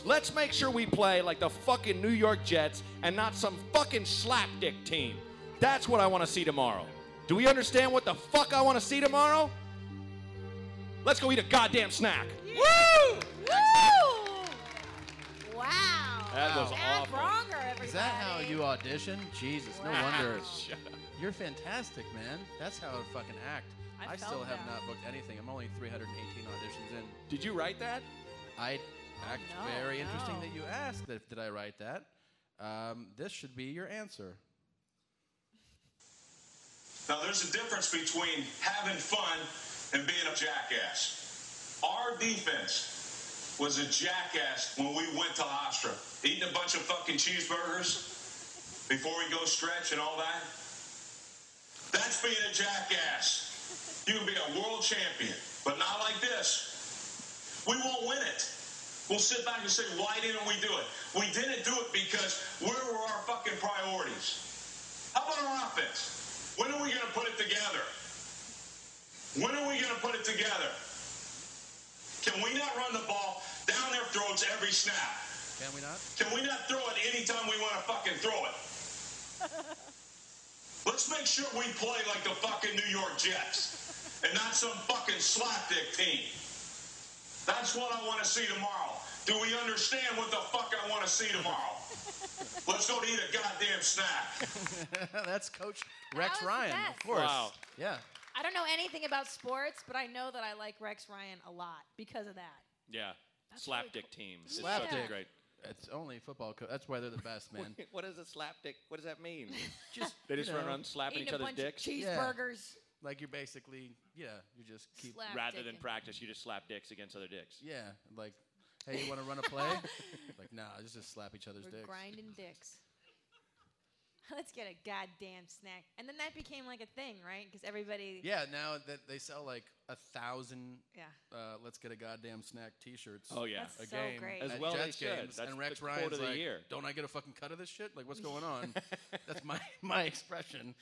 Let's make sure we play like the fucking New York Jets and not some fucking slapdick team. That's what I want to see tomorrow. Do we understand what the fuck I want to see tomorrow? Let's go eat a goddamn snack. Woo! Woo! Wow. That was Matt awful. Bronger, everybody. Is that how you audition? Jesus, no wonder. Shut up. You're fantastic, man. That's how I fucking act. I I, still felt have that. not booked anything. I'm only 318 auditions in. Did you write that? I act no, very interesting no. that you asked. That, did I write that? Um, this should be your answer. Now, there's a difference between having fun and being a jackass. Our defense was a jackass when we went to Hofstra, eating a bunch of fucking cheeseburgers before we go stretch and all that. That's being a jackass. You can be a world champion, but not like this. We won't win it. We'll sit back and say, why didn't we do it? We didn't do it because where were our fucking priorities? How about our offense? When are we going to put it together? When are we going to put it together? Can we not run the ball down their throats every snap? Can we not? Can we not throw it anytime we want to fucking throw it? Let's make sure we play like the fucking New York Jets and not some fucking slapdick team. That's what I want to see tomorrow. Do we understand what the fuck I want to see tomorrow? Let's go to eat a goddamn snack. That's Coach Rex was the Ryan, best. of course. Wow. Yeah. I don't know anything about sports, but I know that I like Rex Ryan a lot because of that. Yeah. slapdick team. It's such a Slapdick. great. It's only football. Co- that's why they're the best, man. What is a slapdick? What does that mean? just They just you know, run around slapping Eating each a other's bunch of dicks. cheeseburgers. Like you're basically, yeah, you just keep Slap Rather than practice, you just slap dicks against other dicks. Yeah, like, hey, you want to run a play? like, nah, let's just slap each other's We're dicks. grinding dicks. Let's get a goddamn snack. And then that became like a thing, right? Because everybody. Yeah, now that they sell like a thousand. Yeah. Uh, let's get a goddamn snack T-shirts. Oh, yeah. a That's so game great. at As well they Jets should. games, That's and Rex the Ryan's quote of the like, year. "Don't I get a fucking cut of this shit? Like, what's going on?" That's my my expression.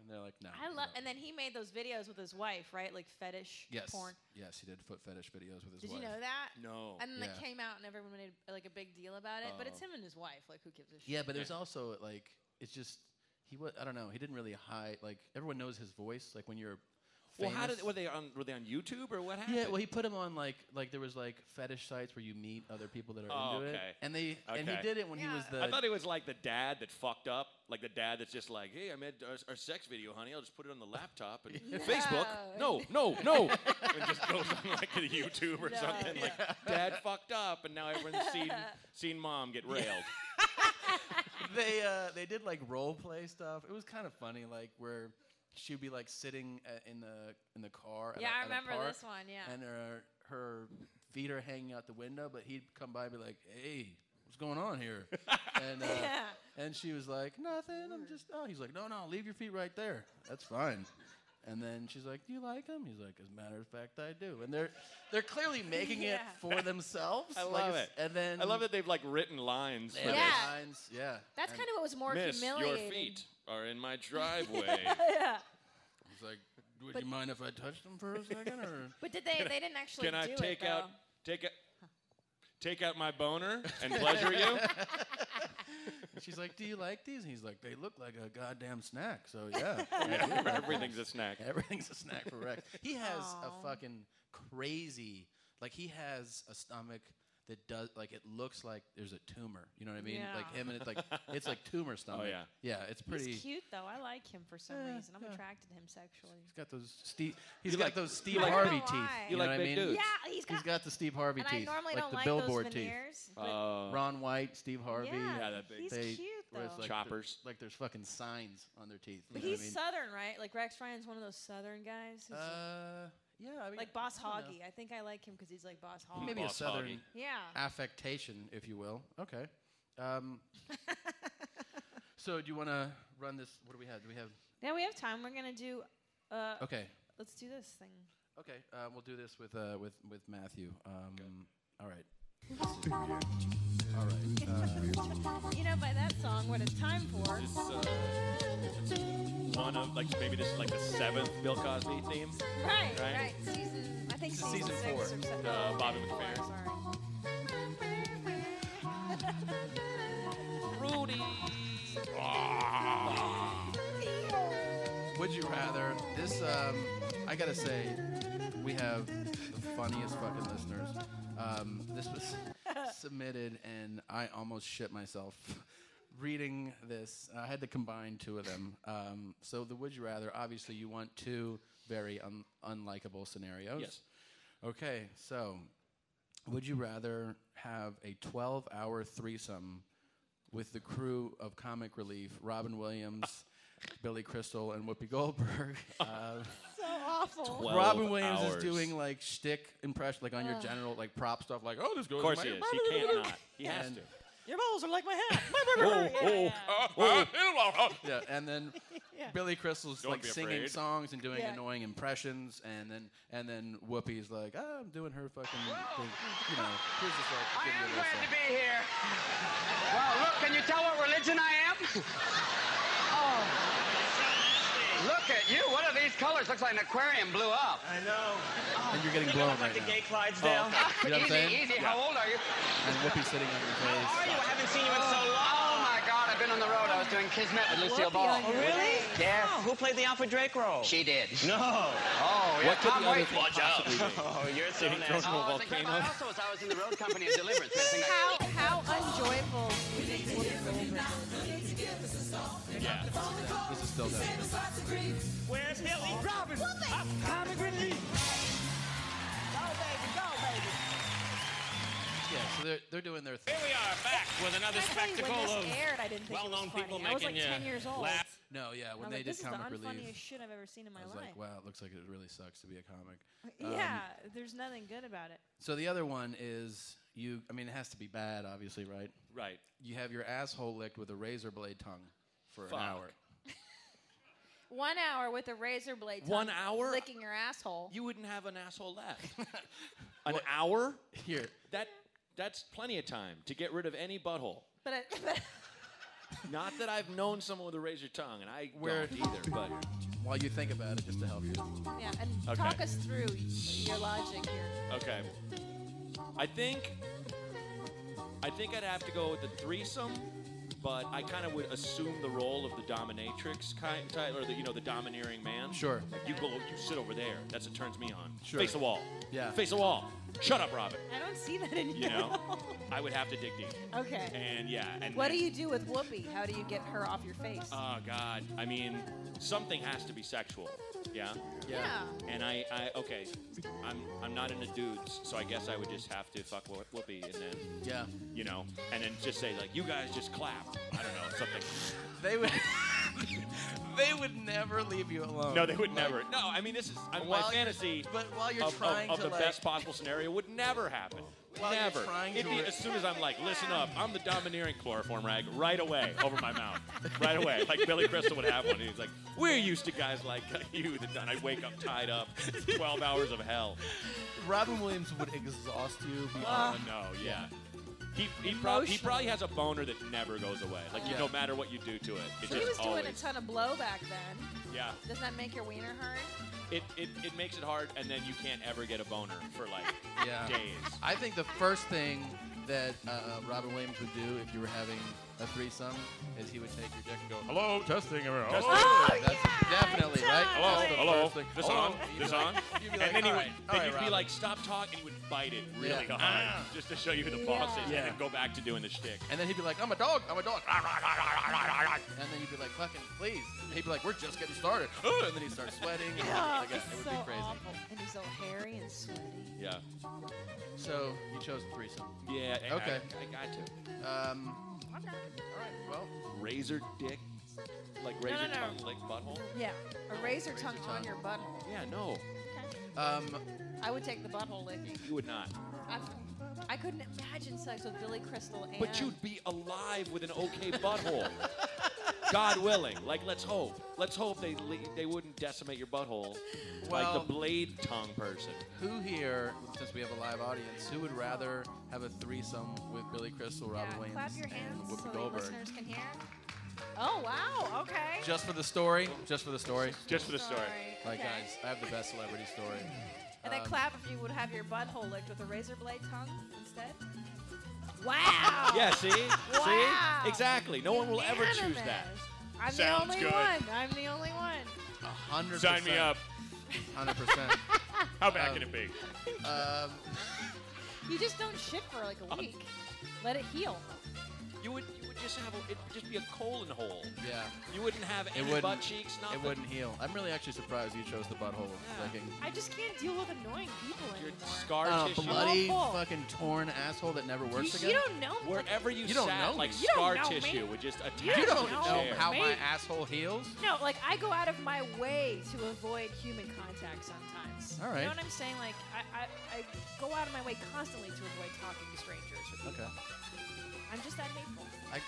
And they're like, "No." I love. And then he made those videos with his wife, right? Like fetish Yes. porn. Yes, he did foot fetish videos with his Did wife. you know that? And then Yeah. it came out, and everyone made like a big deal about it. But it's Oh. him and his wife. Like, who gives a shit? Yeah, but there's also like it's just he was I don't know he didn't really hide like everyone knows his voice like when you're. Well, how did famous- were they on? Were they on YouTube or what happened? Yeah, well, he put him on like like there was like fetish sites where you meet other people that are Oh, into okay. it, and they and he Okay. did it when he was the. I thought it was like the dad that fucked up, like the dad that's just like, "Hey, I made our, our sex video, honey. I'll just put it on the laptop and Facebook. No, no, no." and just goes on like to YouTube or No. something. Like, dad fucked up, and now everyone's seen seen mom get railed. they uh, they did like role play stuff. It was kind of funny, like where she'd be like sitting uh, in the in the car. at Yeah, a- I at a remember park, this one, yeah. and her her feet are hanging out the window, but he'd come by and be like, "Hey, what's going on here?" and uh, Yeah. and she was like, "Nothing. I'm just." Oh, he's like, "No, no, leave your feet right there. That's fine." And then she's like, "Do you like him?" He's like, "As a matter of fact, I do." And they're they're clearly making Yeah. it for themselves. I like love it's- it. And then I love that they've like written lines. they for have this. lines, yeah. That's And- kind of what was more Miss, your humiliating. feet are in my driveway. yeah. He's like, would But- you mind if I touched him for a second? Or But did they? Can I- they didn't actually Can I do take it, out though. take out take out my boner and pleasure you? she's like, do you like these? And he's like, they look like a goddamn snack. So yeah, Yeah, I do." everything's a snack. Everything's a snack for Rex. He has Aw. a fucking crazy, like he has a stomach that does like it looks like there's a tumor. You know what I mean? Yeah. Like him and it's like it's like tumor stomach. Oh, yeah. yeah. It's pretty. He's cute though. I like him for some Yeah, reason. I'm attracted to him sexually. He's got those Steve. He's You got like- those you Steve like- Harvey I don't teeth. know why. You know You what I like big mean? dudes. Yeah, he's he's got- got the Steve Harvey and I teeth, normally like don't the like those billboard veneers, teeth. but- Ron White, Steve Harvey. Yeah, Yeah, that big- he's cute, where it's though. Like Choppers. There, like there's fucking signs on their teeth. But you know he's what I mean? southern, right? Like Rex Ryan's one of those southern guys. who's- Uh, yeah, I mean, like Boss I don't know. Hoggy. I think I like him because he's like Boss Hoggy. Maybe a southern Yeah. affectation, if you will. Okay. Um, so do you want to run this? What do we have? Do we have? Now we have time. We're gonna do. Uh, Okay. Let's do this thing. Okay, uh, we'll do this with uh, with with Matthew. Um, all right. All right. uh, You know, by that song, what it's time for. This, uh, One of like maybe this is like the seventh Bill Cosby theme. right, right, Season. I think This is season, season six four. or seven. Uh, Bobby Four, McFerrin. Rudy. Ah. Would you rather? This, um, I gotta say, we have the funniest fucking listeners. Um, this was submitted, and I almost shit myself reading this. I had to combine two of them. Um, so the would you rather? Obviously, you want two very un- unlikable scenarios. Yes. Okay, so would you rather have a 12-hour threesome with the crew of Comic Relief, Robin Williams, Billy Crystal, and Whoopi Goldberg. Uh, So awful. 12 Robin Williams hours. is doing like shtick impression, like on your Ugh. general like prop stuff, like oh this goes. Of course in he my- is. He can't not. He has And- to. Your balls are like my hat. yeah, and then Yeah. Billy Crystal's Don't like be singing afraid. songs and doing Yeah. annoying impressions, and then and then Whoopi's like, oh, I'm doing her fucking, thing. you know, here's this like. I give me am this, glad like- to be here. Wow, look, can you tell what religion I am? oh. Look at you. What are these colors? Looks like an aquarium blew up. I know. And you're getting blown right like the now. gay Oh, Clydesdale. okay. You know what I'm easy, saying? easy. Yeah. How old are you? And Whoopi's sitting uh, on your face. How are you? I haven't seen you in so long. Oh my God, I've been on the road. I was doing Kismet with Lucille Whoopi on Ball. your face. Yeah. Oh, who played the Alfred Drake role? She did. No. Oh, yeah. What could Tom the other Waits. thing possibly be? Oh, you're so Getting nasty. thrown from a Oh, it's incredible. volcano? I also was I was in the road company of Deliverance. That's the How how unjoyful do you think Whoopi Goldberg is? Yeah. This is still dead. Where's Billy Robbins? I'm comic relief. Go, baby, go, baby. Yeah, so they're, they're doing their thing. Here we are back with another Actually, spectacle when this of aired, I didn't think it was well-known people funny. I was making like you 10 years old. laugh. No, yeah, I was when they like, did this comic is the relief, unfunniest shit I've ever seen in my I was life. like, wow, it looks like it really sucks to be a comic. Um, yeah, there's nothing good about it. So the other one is you. I mean, it has to be bad, obviously, right? Right. You have your asshole licked with a razor blade tongue for Fuck. an hour. One hour with a razor blade. One tongue hour? licking your asshole. You wouldn't have an asshole left. An hour? Here. That that's plenty of time to get rid of any butthole. But, I, Not that I've known someone with a razor tongue, and I Where- don't either. But while you think about it, just to help you. yeah, and Okay. talk us through your logic here. Okay. I think I think I'd have to go with the threesome, but I kind of would assume the role of the dominatrix kind type, or the you know the domineering man. Sure. Like you go, you sit over there. That's what turns me on. Sure. Face the wall. Yeah. Face the wall. Shut up, Robin. I don't see that in you. You know, I would have to dig deep. Okay. And yeah. And What then- do you do with Whoopi? How do you get her off your face? Oh God. I mean, something has to be sexual. Yeah. Yeah. And I, I okay, I'm I'm not into dudes, so I guess I would just have to fuck Wh- Whoopi and then Yeah. you know, and then just say like, you guys just clap. I don't know something. They would. they would never leave you alone. No, they would Like, never. No, I mean this is I my While you're- fantasy. but while you're of, of- trying of, to, the like- best possible scenario would never happen. While you're never. trying It'd to be re- as soon as I'm like, listen up, I'm the domineering chloroform rag right away over my mouth, right away. Like Billy Crystal would have one. He's like, we're used to guys like you. That I wake up tied up, 12 hours of hell. Robin Williams would exhaust you. Oh beyond- no, yeah. He, he, prob- he probably has a boner that never goes away. Like you, Yeah. no matter what you do to it, it So he was just always. doing a ton of blow back then. yeah. Doesn't that make your wiener hard? It, it, it makes it hard, and then you can't ever get a boner for like Yeah. days. I think the first thing that uh, Robin Williams would do if you were having a threesome is he would take your dick and go, "Hello, testing." Or, Oh, Testing. Ah, that's definitely right. Hello, That's the hello, first thing. this Hello. on, You'd this be like- on. You'd be and then like, he "All would, right, all then right, you'd be Robin." like, stop talking. He would bite it really Yeah. hard Ah. just to show you who the boss is, Yeah. and then go back to doing the shtick. and then he'd be like, "I'm a dog. I'm a dog." And then you'd be like, "Fucking please." And he'd be like, "We're just getting started." And then he'd start sweating. and Oh, like, it it's would so be crazy. awful. And he's all hairy and sweaty. Yeah. So you chose the threesome. Yeah. I- Okay. I, I got to. Um, Okay. All right. Well. Razor dick, like No, razor no, no. tongue, lick butthole. Yeah. A razor tongue on your butthole. Yeah. No. Um, I would take the butthole licking. you would not. I've, I couldn't imagine sex with Billy Crystal and. But you'd be alive with an okay butthole. God willing. Like, let's hope. Let's hope they le- they wouldn't decimate your butthole Well- like the blade tongue person. Who here, since we have a live audience, who would rather have a threesome with Billy Crystal, Robin Yeah, Williams, clap your and hands Whoopi so the Goldberg? listeners can hear. Oh wow! Okay. Just for the story. Just for the story. Just for the story. Story, Like, okay. guys, I have the best celebrity story. and then Um, clap if you would have your butthole licked with a razor blade tongue instead. Wow. Yeah, see? Wow. See? Exactly. No one will ever choose Unanimous. that. I'm Sounds the only good. one. I'm the only one. A hundred. Sign me up. Hundred percent. How bad can it be? Um, You just don't shit for like a week. Let it heal. You would you would just have a, it would just be a colon hole. yeah. You wouldn't have It any wouldn't. butt cheeks. Nothing. It wouldn't heal. I'm really actually surprised you chose the butthole licking. I just can't deal with annoying people anymore. Scar Uh, tissue. bloody fucking torn asshole that never works You- again. you don't know me. Wherever you, You don't sat, know like me. You don't scar know me. tissue would just attach You to don't the know chair. how my me. asshole heals. No, like I go out of my way to avoid human contact sometimes. All right. You know what I'm saying? Like I, I, I go out of my way constantly to avoid talking to strangers. Or people. Okay. I'm just that hateful. I,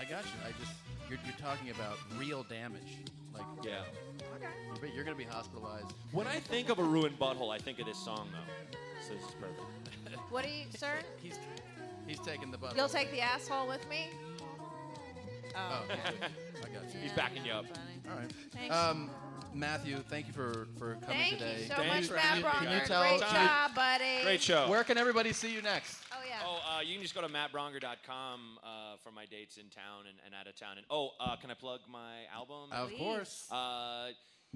I got you. I just you're, you're talking about real damage. Like Yeah. you're, you're gonna be hospitalized. When I think of a ruined butthole, I think of this song though. So this is perfect. What do you, sir? He's he's taking the butt. You'll take the asshole with me? Oh, Oh. okay. okay. I got you. He's backing you up. All right. Thanks. Um, Matthew, thank you for for coming Thank you today. so Thanks much, for Matt having me, Bronner. Can you guys. tell- Great can you- job, buddy. Great show. Where can everybody see you next? Oh yeah. Oh, uh, you can just go to mattbronger.com uh, for my dates in town and, and out of town. And oh, uh, can I plug my album? Of Please. course. Uh,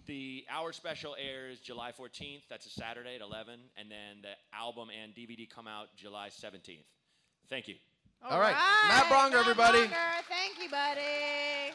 the hour special airs July 14th. That's a Saturday at 11, and then the album and DVD come out July 17th. Thank you. All right. Matt Bronger, everybody. Bronger, thank you, buddy.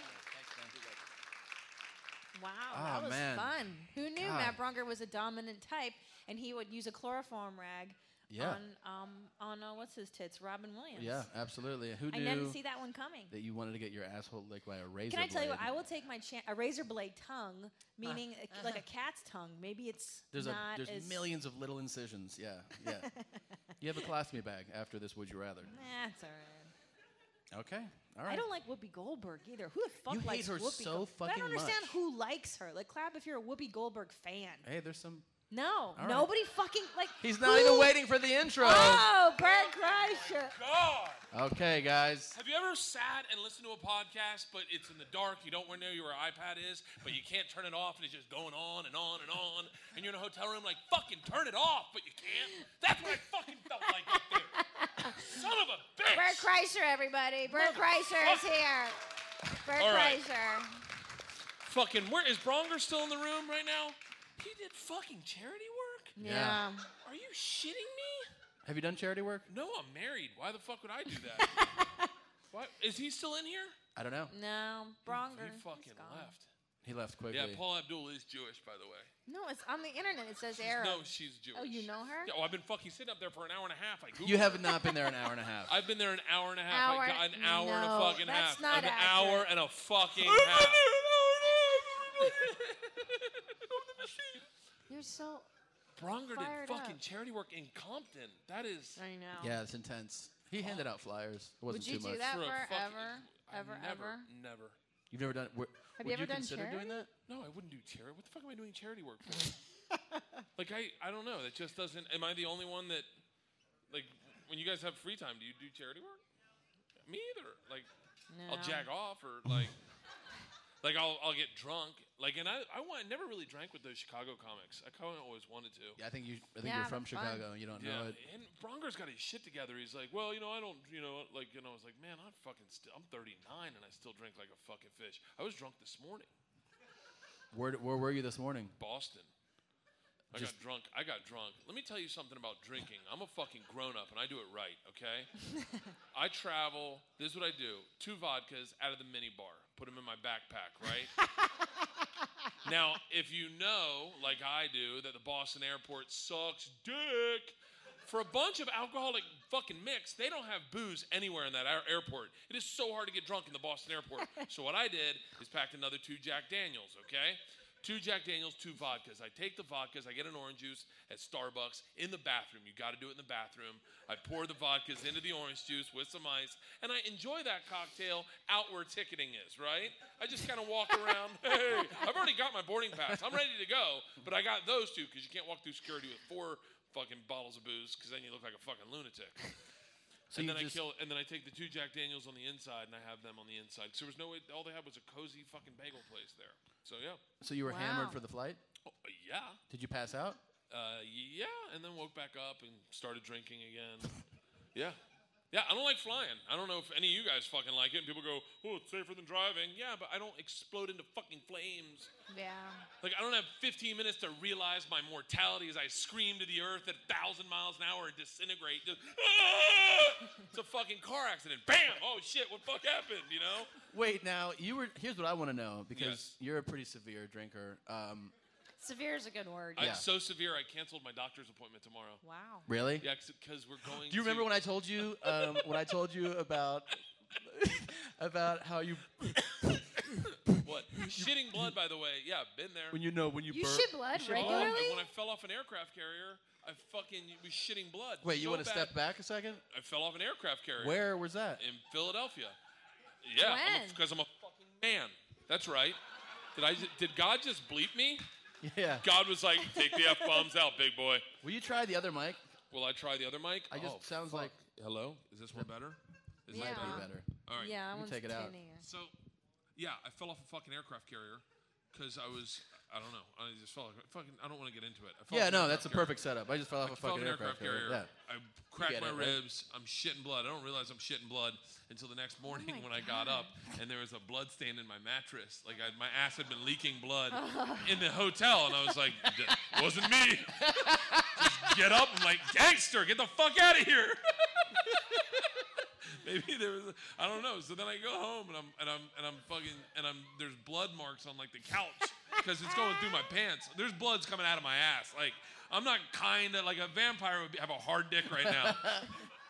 Wow, Oh, that was man. fun. Who knew God. Matt Bronger was a dominant type and he would use a chloroform rag Yeah. on um on uh, what's his tits, Robin Williams. Yeah, absolutely. Who I knew didn't see that one coming. that you wanted to get your asshole licked by a razor Can I tell you? blade? what? I will take my chance. A razor blade tongue, meaning a- like a cat's tongue. Maybe it's There's a not there's as millions of little incisions. Yeah, yeah. you have a colostomy bag after this. Would you rather? Nah, it's all right. Okay, all right. I don't like Whoopi Goldberg either. Who the fuck You hate likes her Whoopi? so Gold- but I fucking don't understand much. who likes her. Like, clap if you're a Whoopi Goldberg fan. Hey, there's some. No, right. nobody fucking like. He's not even who- waiting for the intro. Oh, Bert Kreischer. Oh God. Okay, guys. Have you ever sat and listened to a podcast, but it's in the dark, you don't know where your iPad is, but you can't turn it off, and it's just going on and on and on, and you're in a hotel room like, fucking turn it off, but you can't? That's what I fucking felt like up there. Son of a bitch! Bert Kreischer, everybody. Bert Kreischer is here. Bert All right. Kreischer. Fucking, where is Bronger still in the room right now? He did fucking charity work? Yeah. Yeah. Are you shitting me? Have you done charity work? No, I'm married. Why the fuck would I do that? Why, is he still in here? I don't know. No, Bronger. He fucking left. He left quickly. Yeah, Paul Abdul is Jewish, by the way. No, it's on the internet. It says She's- Arab. no, she's Jewish. Oh, you know her? Yeah, well, I've been fucking sitting up there for an hour and a half. I Googled You have it. not been there an hour and a half. I've been there an hour and a half. Hour- I got an hour and no, a fucking half. that's not an hour accurate. and a fucking half. You're so. Bronger Fired did fucking up. charity work in Compton. That is. I know. Yeah, it's intense. He handed out flyers. It wasn't Would you too much. do that For a forever, fucking- I ever, never, ever? Never. You've never done. Were, Have would you ever done consider doing charity? that? No, I wouldn't do charity. What the fuck am I doing charity work for? like I, I don't know. That just doesn't. Am I the only one that, like, when you guys have free time, do you do charity work? Me either. Like, No. I'll jack off or like, like I'll I'll get drunk. Like, and I I, want, I never really drank with those Chicago comics. I kind of always wanted to. Yeah, I think you. I think you're from Chicago. and You don't Yeah, know it. And Bronger's got his shit together. He's like, well, you know, I don't, you know, like, and I was like, man, I'm fucking, st- I'm 39 and I still drink like a fucking fish. I was drunk this morning. Where, d- where were you this morning? Boston. I got Just- drunk. I got drunk. Let me tell you something about drinking. I'm a fucking grown up and I do it right, okay? I travel. This is what I do two vodkas out of the mini bar, put them in my backpack, right? now, if you know, like I do, that the Boston airport sucks dick, for a bunch of alcoholic fucking mix, they don't have booze anywhere in that air- airport. It is so hard to get drunk in the Boston airport. so what I did is packed another two Jack Daniels, okay? Two Jack Daniels, two vodkas. I take the vodkas, I get an orange juice at Starbucks in the bathroom. You got to do it in the bathroom. I pour the vodkas into the orange juice with some ice, and I enjoy that cocktail out where ticketing is, right? I just kind of walk around. hey, I've already got my boarding pass. I'm ready to go, but I got those two because you can't walk through security with four fucking bottles of booze because then you look like a fucking lunatic. So and you then just- I kill, and then I take the two Jack Daniels on the inside, and I have them on the inside. Because there was no way. All they had was a cozy fucking bagel place there. So yeah. So you were hammered for the flight? Oh, yeah. Did you pass out? Uh, yeah, and then woke back up and started drinking again. yeah. Yeah, I don't like flying. I don't know if any of you guys fucking like it. And people go, oh, it's safer than driving. Yeah, but I don't explode into fucking flames. Yeah. Like, I don't have 15 minutes to realize my mortality as I scream to the earth at 1,000 miles an hour and disintegrate. Just, "Ah!" It's a fucking car accident. Bam! Oh, shit, what the fuck happened, you know? Wait, now you were. Here's what I want to know because you're a pretty severe drinker. Um, Severe is a good word. Yeah. I'm so severe, I canceled my doctor's appointment tomorrow. Wow. Really? Yeah, because we're going do you remember to- when I told you um, when I told you about about how you What? Shitting blood, by the way. Yeah, been there. When you know, when you You burp- shit blood blood. regularly? When I fell off an aircraft carrier, I fucking was shitting blood. wait? You so want to bad. step back a second? I fell off an aircraft carrier. Where was that? In Philadelphia. Yeah, When? because I'm, a fucking man. That's right. Did I? ju- Did God just bleep me? Yeah. God was like, take the f bombs out, big boy. Will you try the other mic? Will I try the other mic? I just- Oh, sounds fuck. like- Hello. Is this one better? Is Might that be better. All right. Yeah, that You one's take it out. tinnier. So, yeah, I fell off a fucking aircraft carrier because I was, I don't know, I just fell. Fucking, I don't want to get into it. I fell Yeah, off an no, aircraft that's a carrier. perfect setup. I just fell off a fell off fucking an aircraft, aircraft carrier. I Yeah. cracked get my it, right? ribs. I'm shitting blood. I don't realize I'm shitting blood until the next morning when I got up and there was a blood stain in my mattress. Like I, my ass had been leaking blood in the hotel, and I was like, "D- wasn't me. Just get up. I'm like, gangster, get the fuck out of here. Maybe there was a, I don't know. So then I go home and I'm and I'm and I'm fucking and I'm there's blood marks on like the couch because it's going through my pants. There's blood's coming out of my ass. Like I'm not kind of like a vampire would be, have a hard dick right now.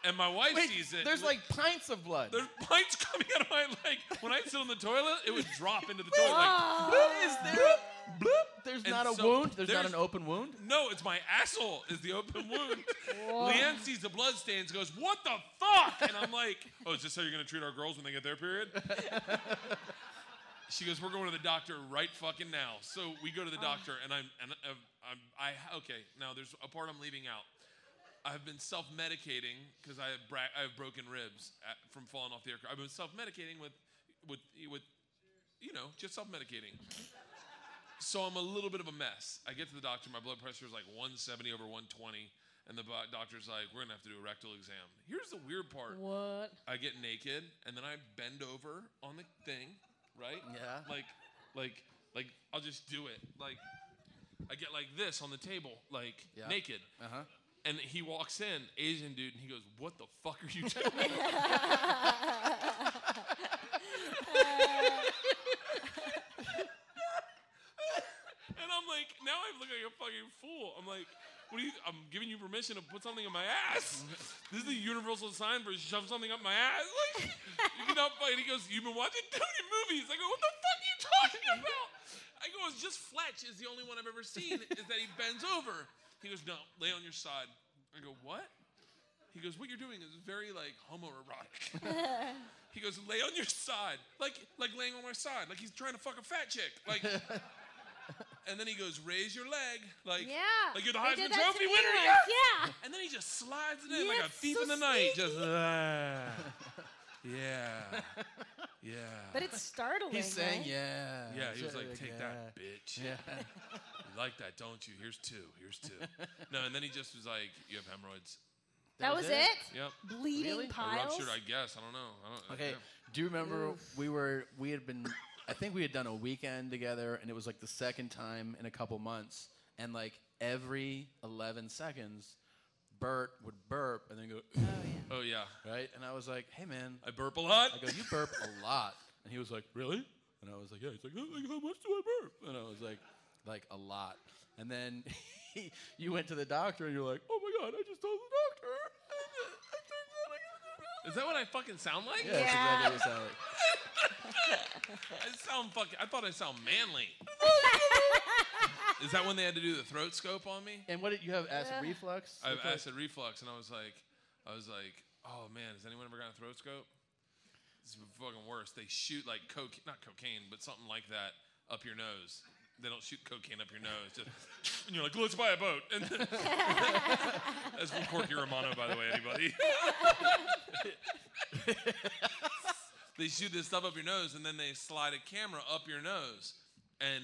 And my wife sees it. There's like pints of blood. There's pints coming out of my like when I sit on the toilet, it would drop into the toilet. Ah. Like, Is there a- There's And not a so wound. There's, not there's- an open wound. No, it's my asshole is the open wound. Leanne sees the bloodstains, goes, "What the fuck?" And I'm like, "Oh, is this how you're gonna treat our girls when they get their period?" she goes, "We're going to the doctor right fucking now." So we go to the Ah. doctor, and I'm and uh, I'm, I okay. Now there's a part I'm leaving out. I've been self-medicating because I have bra- I have broken ribs at, from falling off the aircraft. I've been self-medicating with with with you know just self-medicating. So I'm a little bit of a mess. I get to the doctor, my blood pressure is like 170 over 120, and the bo- doctor's like, "We're gonna have to do a rectal exam." Here's the weird part. What? I get naked, and then I bend over on the thing, right? Yeah. Like, like, like I'll just do it. Like, I get like this on the table, like Yeah. naked. Uh huh. And he walks in, Asian dude, and he goes, "What the fuck are you doing?" and I'm like, now I look like a fucking fool. I'm like, what are you? I'm giving you permission to put something in my ass. This is the universal sign for shove something up my ass. Like, you cannot fight. He goes, you've been watching too many movies. I go, what the fuck are you talking about? I go, it's just Fletch is the only one I've ever seen is that he bends over. He goes, no, lay on your side. I go, what? He goes, what you're doing is very like homoerotic. he goes, lay on your side, like like laying on my side, like he's trying to fuck a fat chick, like. and then he goes, raise your leg, like Yeah, like you're the they did Heisman that to Trophy me winner, once, yes! yeah. And then he just slides it in Yeah, like a it's thief so in the night, just "Ah, yeah, yeah. But it's startling. He's saying, right? yeah. Yeah, he was sure, like, take that, bitch. Yeah. you like that, don't you? Here's two. Here's two. No, and then he just was like, you have hemorrhoids. That That was was it? it? Yep. Bleeding Really? A piles? ruptured, I guess. I don't know. I don't, Okay. yeah. Do you remember Oof. we were we had been I think we had done a weekend together and it was like the second time in a couple months and like every 11 seconds Bert would burp and then go Oh yeah. Right? And I was like, "Hey man, I burp a lot." I go, "You burp a lot." And he was like, "Really?" And I was like, "Yeah." He's like, "Oh, like, "How much do I burp?" And I was like, "Like a lot." And then you went to the doctor and you're like, "Oh my god, I just told the doctor." Is that what I fucking sound like? Yeah, that's exactly what you sound like. uh, I sound fucking. I thought I sound manly. Is that when they had to do the throat scope on me? And what did you have? Acid Yeah. reflux. I have That's what- acid reflux, and I was like, I was like, oh man, has anyone ever gotten a throat scope? This is fucking worse. They shoot like coke, not cocaine, but something like that up your nose. They don't shoot cocaine up your nose. Just, and you're like, let's buy a boat. And that's from Corky Romano, by the way, anybody. they shoot this stuff up your nose, and then they slide a camera up your nose, and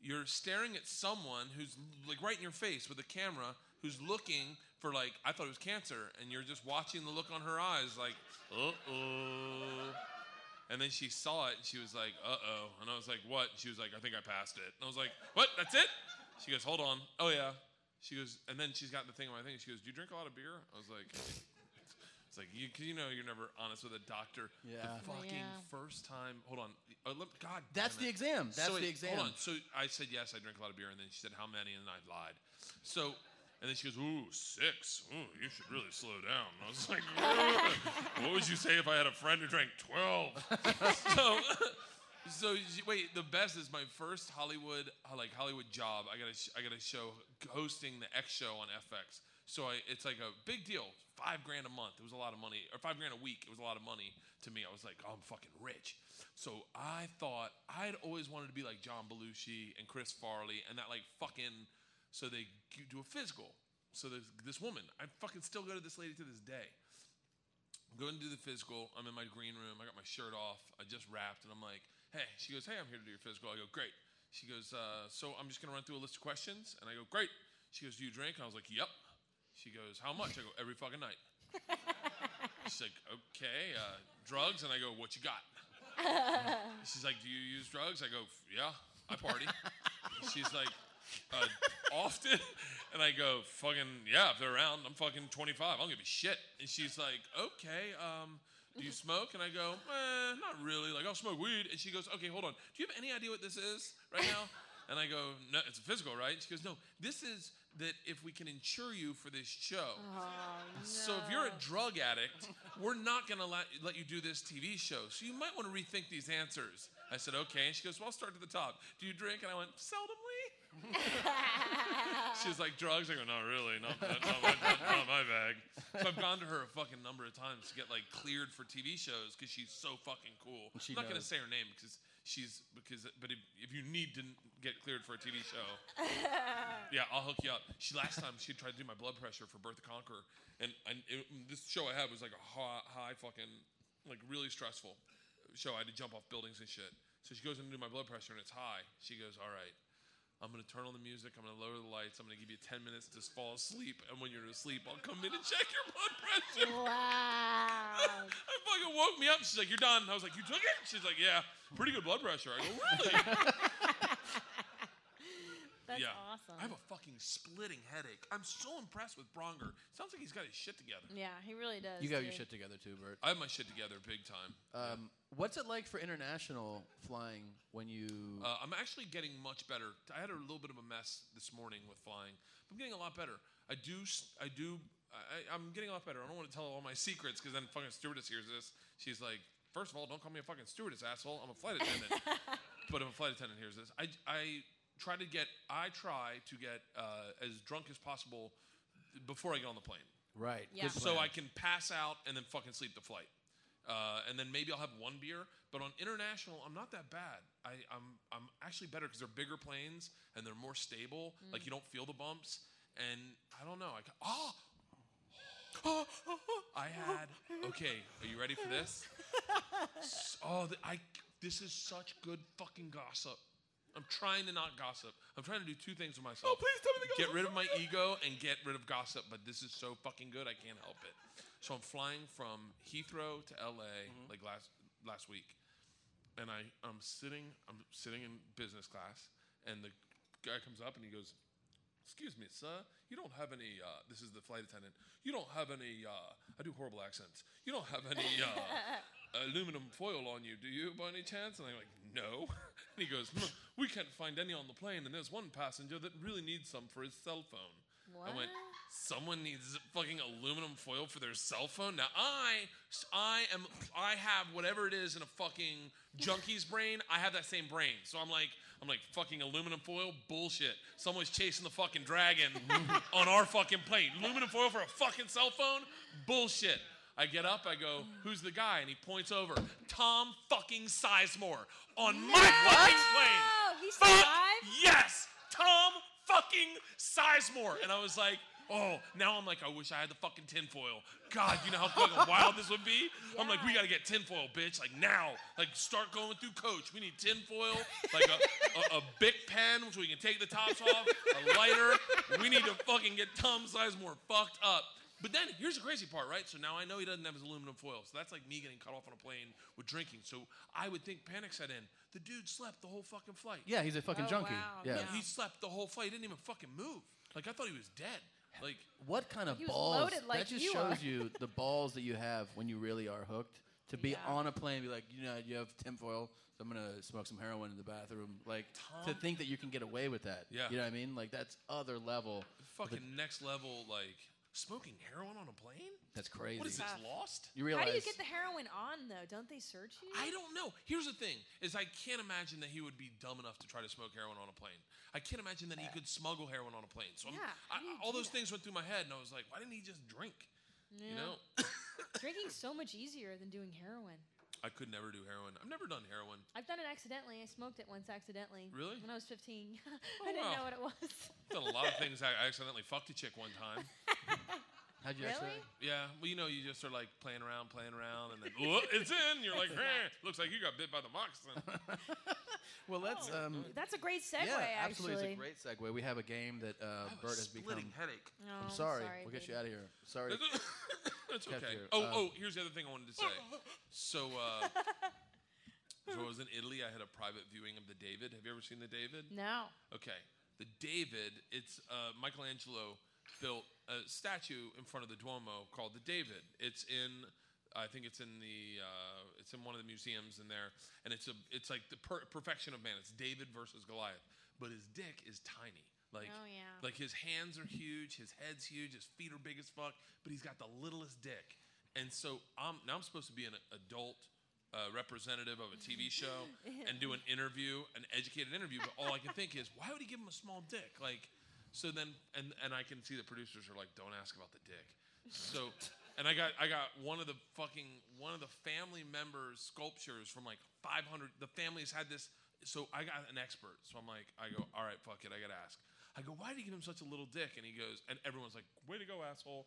you're staring at someone who's like right in your face with a camera who's looking for like I thought it was cancer, and you're just watching the look on her eyes, like uh oh. And then she saw it, and she was like, "Uh oh," and I was like, "What?" And she was like, "I think I passed it." And I was like, "What? That's it?" She goes, "Hold on." Oh yeah. She goes, and then she's got the thing on my thing. She goes, "Do you drink a lot of beer?" I was like, "It's like you, 'cause you know, you're never honest with a doctor." Yeah. The fucking Yeah. first time. Hold on. Uh, let- God. damn That's the it. exam. That's So wait, the exam. Hold on. So I said yes, I drink a lot of beer, and then she said how many, and I lied. So, and then she goes, "Ooh, six. Ooh, you should really slow down." And I was like, "What would you say if I had a friend who drank 12? so, so she- wait. The best is my first Hollywood, uh, like Hollywood job. I got a, sh- I got a show hosting the X show on FX. So I, it's like a big deal. Five grand a month. It was a lot of money, or five grand a week. It was a lot of money to me. I was like, "Oh, I'm fucking rich. So I thought I'd always wanted to be like John Belushi and Chris Farley and that like fucking. So they g- do a physical. So there's this woman. I fucking still go to this lady to this day. I'm going to do the physical. I'm in my green room. I got my shirt off. I just wrapped, and I'm like, "Hey," she goes, "Hey, I'm here to do your physical." I go, "Great." She goes, uh, "So I'm just going to run through a list of questions," and I go, "Great." She goes, "Do you drink?" I was like, "Yep." She goes, "How much?" I go, "Every fucking night." She's like, "Okay, uh, drugs," and I go, "What you got?" She's like, "Do you use drugs?" I go, "F- "Yeah, I party." She's like, uh, "Often," and I go, "Fucking yeah, if they're around, I'm fucking 25. I don't give a shit." And she's like, "Okay, um, Do you smoke? And I go, eh, not really. Like, I'll smoke weed. And she goes, okay, hold on. Do you have any idea what this is right now? and I go, no, it's physical, right? And she goes, no, this is that if we can insure you for this show. So if you're a drug addict, we're not going to let, let you do this TV show. So you might want to rethink these answers. I said, okay. And she goes, well, I'll start at the top. Do you drink? And I went, seldomly. she was like, drugs? I go, not really. Not, not, not my, not, not my bag. So I've gone to her a fucking number of times to get like cleared for TV shows because she's so fucking cool. She I'm not going to knows. say her name because she's, because, but if, if you need to n- get cleared for a TV show, yeah, I'll hook you up. She last time she tried to do my blood pressure for Birth of Conqueror, and I, it, this show I had was like a high, high fucking, like really stressful show. I had to jump off buildings and shit. So she goes in to do my blood pressure, and it's high. She goes, "All right, I'm gonna turn on the music. I'm gonna lower the lights. I'm gonna give you 10 minutes to just fall asleep, and when you're asleep, I'll come in and check your blood pressure." Wow. I fucking woke me up. She's like, "You're done." I was like, "You took it?" She's like, "Yeah, pretty good blood pressure." I go, "Really?" That's yeah. awesome. I have a fucking splitting headache. I'm so impressed with Bronger. Sounds like he's got his shit together. yeah, he really does. You got dude. your shit together too, Bert. I have my shit together big time. Um, what's it like for international flying when you? Uh, I'm actually getting much better. I had a little bit of a mess this morning with flying. I'm getting a lot better. I do. s- I do. I, I- I'm getting a lot better. I don't want to tell all my secrets because then fucking stewardess hears this. She's like, first of all, don't call me a fucking stewardess, asshole. I'm a flight attendant. but if a flight attendant hears this, I, I try to get. I try to get uh, as drunk as possible before I get on the plane. right. Good So I can pass out and then fucking sleep the flight. Uh, and then maybe I'll have one beer. But on international, I'm not that bad. I, I'm, I'm actually better because they're bigger planes and they're more stable. Like you don't feel the bumps. And I don't know. I, ca- oh, I had. Okay, are you ready for this? S- oh, th- I. This is such good fucking gossip. I'm trying to not gossip. I'm trying to do two things with myself. Oh, please tell me the gossip. Get rid of my ego and get rid of gossip. But this is so fucking good, I can't help it. So I'm flying from Heathrow to L.A. like last last week, and I I'm sitting I'm sitting in business class, and the guy comes up and he goes, "Excuse me, sir, you don't have any." Uh, this is the flight attendant. You don't have any. Uh, I do horrible accents. You don't have any uh, aluminum foil on you, do you, by any chance? And I'm like, "No." and he goes, "Hmm, "We can't find any on the plane, and there's one passenger that really needs some for his cell phone." I went, What? someone needs fucking aluminum foil for their cell phone. Now I, I am, I have whatever it is in a fucking junkie's brain. I have that same brain. So I'm like, I'm like fucking aluminum foil bullshit. Someone's chasing the fucking dragon on our fucking plane. Aluminum foil for a fucking cell phone, bullshit. I get up, I go, who's the guy? And he points over, Tom fucking Sizemore on my fucking plane. Oh, he's Fuck alive. Yes, Tom fucking Sizemore. And I was like, oh, now I'm like, I wish I had the fucking tinfoil. God, you know how fucking wild this would be? I'm like, we gotta get tinfoil, bitch. Like now, like start going through coach. We need tinfoil, like a, a, a Bic pen, which we can take the tops off, a lighter. We need to fucking get Tom Sizemore fucked up. But then here's the crazy part, right? So now I know he doesn't have his aluminum foil. So that's like me getting cut off on a plane with drinking. So I would think panic set in. The dude slept the whole fucking flight. Yeah, he's a fucking Oh, junkie. wow, Yeah. No, yeah. he slept the whole flight. He didn't even fucking move. Like I thought he was dead. Like What kind of He was balls? loaded like that just you shows are. you the balls that you have when you really are hooked. To be Yeah. on a plane, and be like, you know, you have tinfoil, so I'm gonna smoke some heroin in the bathroom. Like to Tom- think that you can get away with that. Yeah. You know what I mean? Like that's other level. of the- fucking next level. Like smoking heroin on a plane. that's crazy. What is this lost? You realize How do you get the heroin on though? Don't they search you? I don't know. Here's the thing: is I can't imagine that he would be dumb enough to try to smoke heroin on a plane. I can't imagine that he could smuggle heroin on a plane. So I'm- Yeah, I, how do you all do those that? things went through my head, and I was like, why didn't he just drink? You Yeah. know, Drinking's so much easier than doing heroin. I could never do heroin. I've never done heroin. I've done it accidentally. I smoked it once accidentally. Really? When I was Oh, 15. I didn't wow. know what it was. I've done a lot of things. I accidentally fucked a chick one time. How'd you Really? accidentally- Yeah. Well, you know, you just are like playing around, playing around, and then "Whoa, it's in. You're like, eh, looks like you got bit by the moccasin. Well, let's. Oh. um, That's a great segue, yeah, absolutely, actually. it's a great segue. We have a game that uh, Bert has become. splitting headache. No, I'm Oh, I'm sorry. sorry, we'll get you baby. out of here. Sorry. That's Kept okay. you, Oh, um, oh, here's the other thing I wanted to say. So, uh, so I was in Italy. I had a private viewing of the David. Have you ever seen the David? No. Okay. The David, it's uh, Michelangelo built a statue in front of the Duomo called the David. It's in I think it's in the uh, it's in one of the museums in there, and it's a it's like the per- perfection of man. It's David versus Goliath, but his dick is tiny. Like Oh, yeah. like his hands are huge, his head's huge, his feet are big as fuck, but he's got the littlest dick. And so I'm now I'm supposed to be an adult uh, representative of a TV show and do an interview, an educated interview. But all I can think is, why would he give him a small dick? Like, so then, and and I can see the producers are like, don't ask about the dick. So, and I got I got one of the fucking one of the family members sculptures from like 500. The family's had this. So I got an expert. So I'm like, I go, all right, fuck it, I gotta ask. I go, why did he give him such a little dick? And he goes, and everyone's like, way to go, asshole.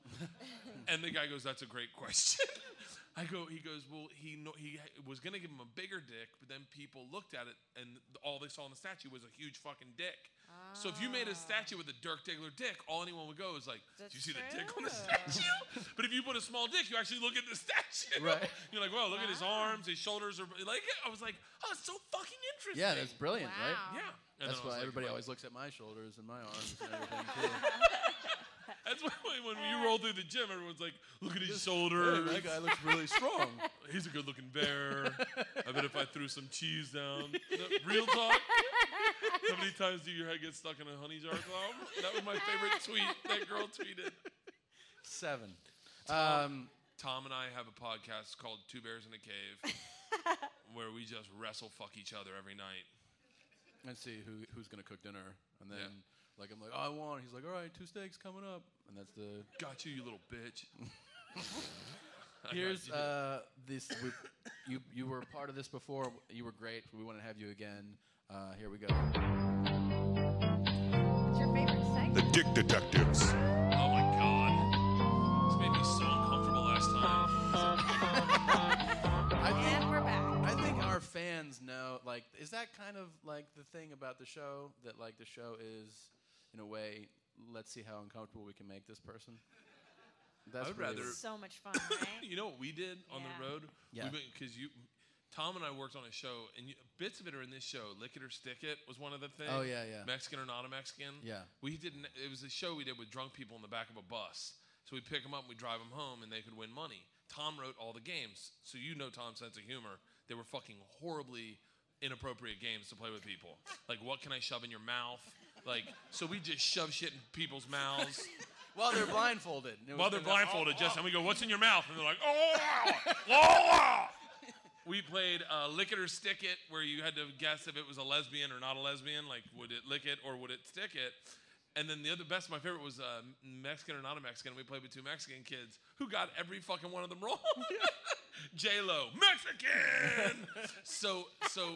and the guy goes, that's a great question. I go, he goes, well, he no, he ha- was gonna give him a bigger dick, but then people looked at it and th- all they saw in the statue was a huge fucking dick. So if you made a statue with a Dirk Diggler dick, all anyone would go is like, That's "Do you see the dick on the statue?" but if you put a small dick, you actually look at the statue. Right. You're like, "Well, look at his arms, his shoulders are like." I was like, "Oh, it's so fucking interesting." Yeah, that's brilliant, Yeah. right? And That's then I why was like, everybody "Wow." always looks at my shoulders and my arms and everything too. That's why when you roll through the gym, everyone's like, "Look at his shoulders." Hey, that guy looks really strong. He's a good-looking bear. I bet if I threw some cheese down, No, real talk. How many times do your head get stuck in a honey jar glob? That was my favorite tweet that girl tweeted. Seven. Um, Tom, Tom and I have a podcast called Two Bears in a Cave, where we just wrestle fuck each other every night. and see who who's gonna cook dinner. And then like I'm like, oh, I want. He's like, all right, two steaks coming up. And that's the got you, you little bitch. I got Here's you. uh, this. We, you you were part of this before. You were great. We want to have you again. Uh, here we go. The Dick Detectives. Oh my god. This made me so uncomfortable last time. I think, we're back. I think our fans know. Like, is that kind of like the thing about the show that like the show is, in a way, let's see how uncomfortable we can make this person. I would really rather. what- So much fun, right? you know what we did on the Yeah. road? Yeah. Because you, Tom and I worked on a show, and you, bits of it are in this show. Lick it or stick it was one of the things. Oh, yeah, yeah. Mexican or not a Mexican. Yeah. We didn't. It was a show we did with drunk people in the back of a bus. So we pick them up, and we drive them home, and they could win money. Tom wrote all the games, so you know Tom's sense of humor. They were fucking horribly inappropriate games to play with people. Like, what can I shove in your mouth? Like, so we just shove shit in people's mouths. While they're blindfolded. It was While they're kind of like, blindfolded, "Oh, just oh." and we go, "What's in your mouth?" And they're like, "Oh, wow, oh, wow." We played uh, lick it or stick it, where you had to guess if it was a lesbian or not a lesbian. Like, would it lick it or would it stick it? And then the other best, my favorite was uh, Mexican or not a Mexican. We played with two Mexican kids who got every fucking one of them wrong. J Lo, Mexican. so so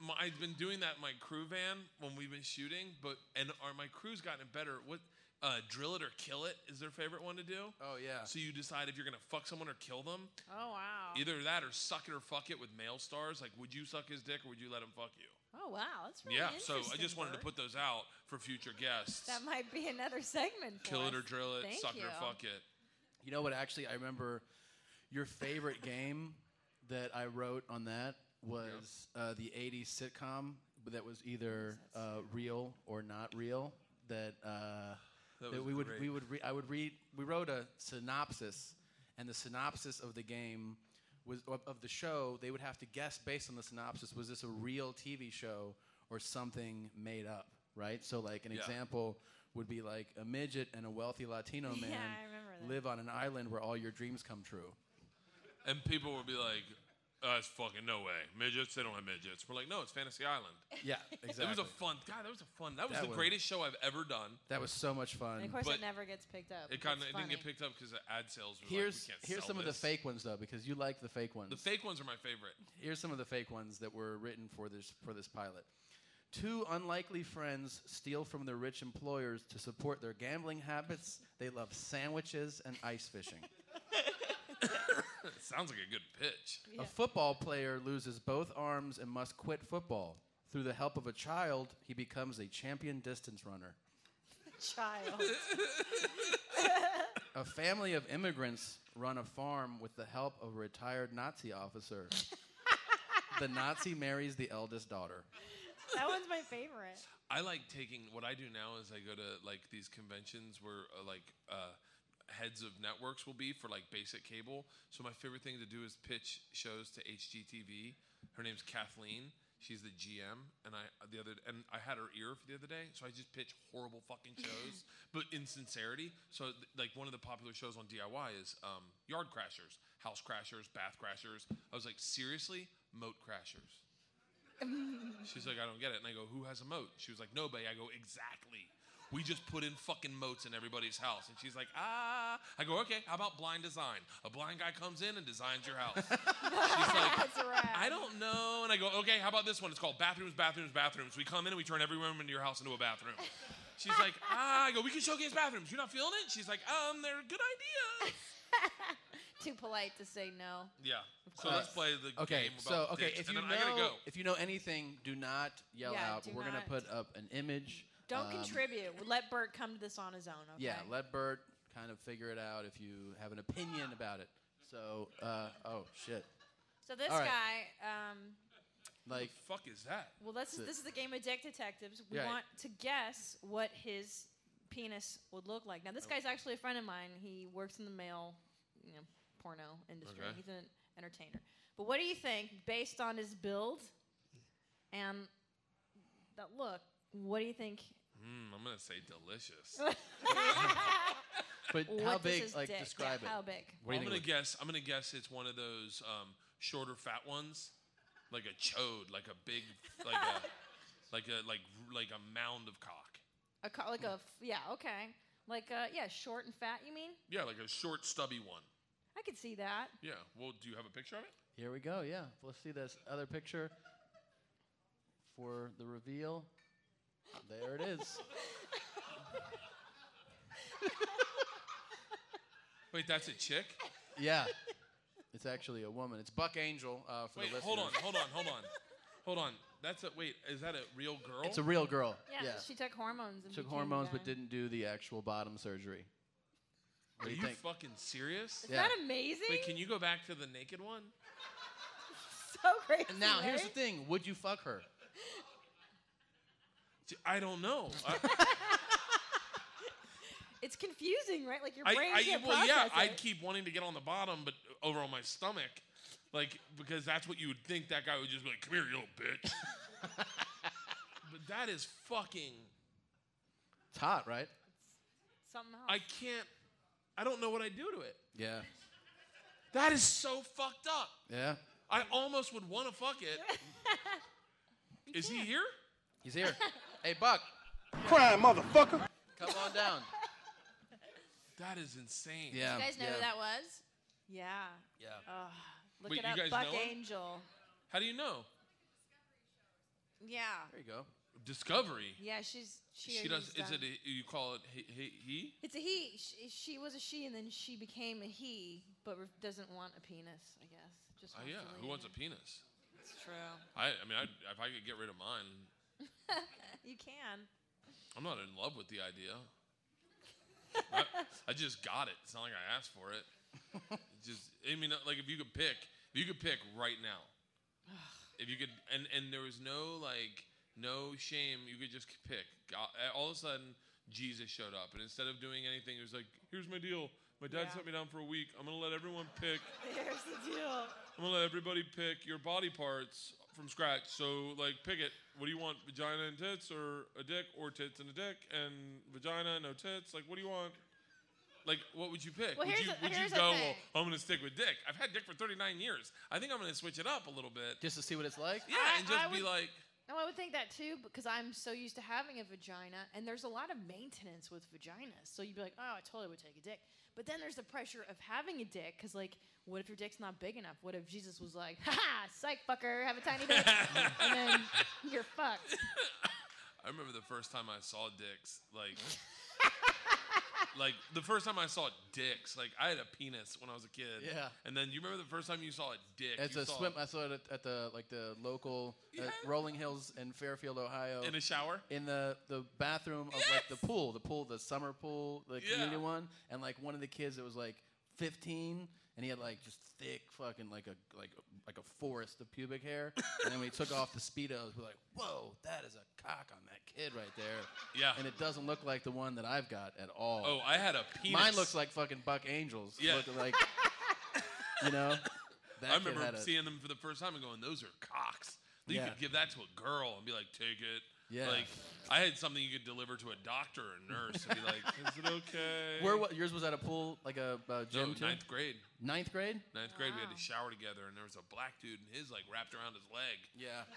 my, I've been doing that in my crew van when we've been shooting, but and our my crew's gotten better. What uh, drill it or kill it is their favorite one to do. Oh yeah. So you decide if you're gonna fuck someone or kill them. Oh wow. Either that or suck it or fuck it with male stars. Like, would you suck his dick or would you let him fuck you? Oh wow, that's really yeah. So Interesting, I just wanted to Bert. put those out for future guests. That might be another segment. For Kill it us. or drill it, Thank suck it you. or fuck it. You know what? Actually, I remember your favorite game that I wrote on that was uh, the '80s sitcom that was either uh, real or not real. That uh, That that, was we would great. we would re- I would read. We wrote a synopsis, and the synopsis of the game was of, of the show. They would have to guess based on the synopsis. Was this a real TV show or something made up? Right. So, like an Yeah. example would be like a midget and a wealthy Latino Yeah, man I remember that. live on an island where all your dreams come true. And people would be like, uh, it's fucking no way. Midgets, they don't have midgets. We're like, no, it's Fantasy Island. Yeah, It was exactly. a fun, God, that was a fun, that was That the was- greatest show I've ever done. That was so much fun. And of course, But it never gets picked up. It, kinda, That's it didn't get funny. picked up because the ad sales were like, here's we can't here's sell some of the this. fake ones though, because you like the fake ones. The fake ones are my favorite. here's some of the fake ones that were written for this for this pilot. Two unlikely friends steal from their rich employers to support their gambling habits. They love sandwiches and ice fishing. It sounds like a good pitch. A football player loses both arms and must quit football. Through the help of a child, he becomes a champion distance runner. Child. A family of immigrants run a farm with the help of a retired Nazi officer. the Nazi marries the eldest daughter. that one's my favorite. I like taking what I do now is I go to like these conventions where uh, like uh, heads of networks will be for like basic cable. So my favorite thing to do is pitch shows to HGTV. Her name's Kathleen. She's the GM, and I the other and I had her ear for the other day, so I just pitch horrible fucking shows, but in sincerity. So th- like one of the popular shows on DIY is um, Yard Crashers, House Crashers, Bath Crashers. I was like, seriously, Moat Crashers. She's like, I don't get it. And I go, Who has a moat? She was like, Nobody. I go, Exactly. We just put in fucking moats in everybody's house. And she's like, Ah. I go, Okay, how about blind design? A blind guy comes in and designs your house. I don't know. And I go, Okay, how about this one? It's called bathrooms, bathrooms, bathrooms. We come in and we turn every room into your house into a bathroom. She's like, Ah. I go, We can showcase bathrooms. You're not feeling it? She's like, Um, they're a good idea. Too polite to say no. Yeah. So let's play the Uh, okay, game about so okay, dicks. if and you then I gotta know- go. If you know anything, do not yell Yeah, out. do We're not. gonna put up an image. Don't um, contribute. Let Bert come to this on his own. Okay. Yeah, let Bert kind of figure it out if you have an opinion about it. So, uh, oh shit. so this All right. guy, um, like, fuck is that? well, this is The- this is the game of Dick Detectives. We Right. want to guess what his penis would look like. Now, this guy's actually a friend of mine. He works in the male, you know, porno industry. Okay. He's an entertainer. But what do you think, based on his build and that look? What do you think? Mm, I'm gonna say delicious. But What how does big? his Like, dick- describe yeah, it. how big? What do I'm you think? gonna guess. I'm gonna guess it's one of those um, shorter, fat ones, like a chode, like a big, like a, like a, like like a mound of cock. A co- like a f- yeah okay like uh yeah short and fat you mean Yeah, like a short, stubby one. I could see that Yeah. Well, do you have a picture of it? Here we go. Yeah, let's see this other picture for the reveal. There it is. Wait, that's a chick. yeah, it's actually a woman. It's Buck Angel uh, for Wait, the listeners. hold on, hold on, hold on, hold on. That's a wait. Is that a real girl? It's a real girl. yeah, Yeah. she took hormones and Took became hormones that. but didn't do the actual bottom surgery. What Are do you you think? fucking serious? Is Yeah. that amazing? Wait, can you go back to the naked one? so crazy And now here's the right? thing: Would you fuck her? I don't know. I, it's confusing right like your I, brain I- can't well, yeah, process I'd it. keep wanting to get on the bottom, but over on my stomach, like because that's what you would think that guy would just be like, "Come here, you little bitch." but that is fucking. It's hot, right? Something else. I can't. I don't know what I do to it. Yeah. That is so fucked up. Yeah. I almost would want to fuck it. is he here? He's here. hey, Buck. Crying motherfucker. Come on down. That is insane. you guys know who that was yeah yeah Ugh, look Wait, it you up guys Buck know him? Angel How do you know? yeah There you go. Discovery. yeah she's she, She already does. done. Is it? A, you call it he? he, he? it's a he she, she was a she and then she became a he but re- doesn't want a penis I guess just Oh wants yeah. to Who leave wants a it. penis? it's true I. I mean, I'd, if I could get rid of mine, you can I'm not in love with the idea. I, I just got it. It's not like I asked for it. It Just, I mean, like if you could pick, if you could pick right now, if you could, and and there was no like no shame. You could just pick. God, all of a sudden, Jesus showed up, and instead of doing anything, he was like, "Here's my deal. My dad sent Yeah. me down for a week. I'm gonna let everyone pick. There's the deal. I'm gonna let everybody pick your body parts from scratch. So like, pick it. What do you want? Vagina and tits, or a dick, or tits and a dick, and vagina no tits. Like, what do you want? Like, what would you pick? would Well, here's you the- would you here's the go? thing. Well, I'm gonna stick with dick. I've had dick for 39 years. I think I'm gonna switch it up a little bit. Just to see what it's like. Yeah, I- and just I be would- like, No, I would think that too because I'm so used to having a vagina, and there's a lot of maintenance with vaginas. So you'd be like, oh, I totally would take a dick. But then there's the pressure of having a dick because, like, what if your dick's not big enough? What if Jesus was like, ha ha, psych fucker, have a tiny dick, and then you're fucked. I remember the first time I saw dicks, like, like the first time I saw dicks, like I had a penis when I was a kid. Yeah. And then you remember the first time you saw a dick? It's you a saw swim. I saw it at, at the like the local uh, Rolling Hills in Fairfield, Ohio. In a shower? In the the bathroom of like the pool, the pool, the summer pool, the community one, and like one of the kids that was like 15 and he had like just thick fucking like a like like a forest of pubic hair. and then when he took off the speedos, we're like, whoa, that is a cock on that kid right there. Yeah. And it doesn't look like the one that I've got at all. Oh, I had a Mine penis. looks like fucking Buck Angels. Yeah. Look like you know. That I kid remember had a- seeing them for the first time and going, "Those are cocks." You Yeah. could give that to a girl and be like, "Take it." Yeah. Like I had something you could deliver to a doctor or nurse and be like, "Is it okay?" Where what yours was at a pool like a uh, gym No, too? ninth grade. Ninth grade? Ninth grade, we had to shower together, and there was a black dude, and his like wrapped around his leg. Yeah.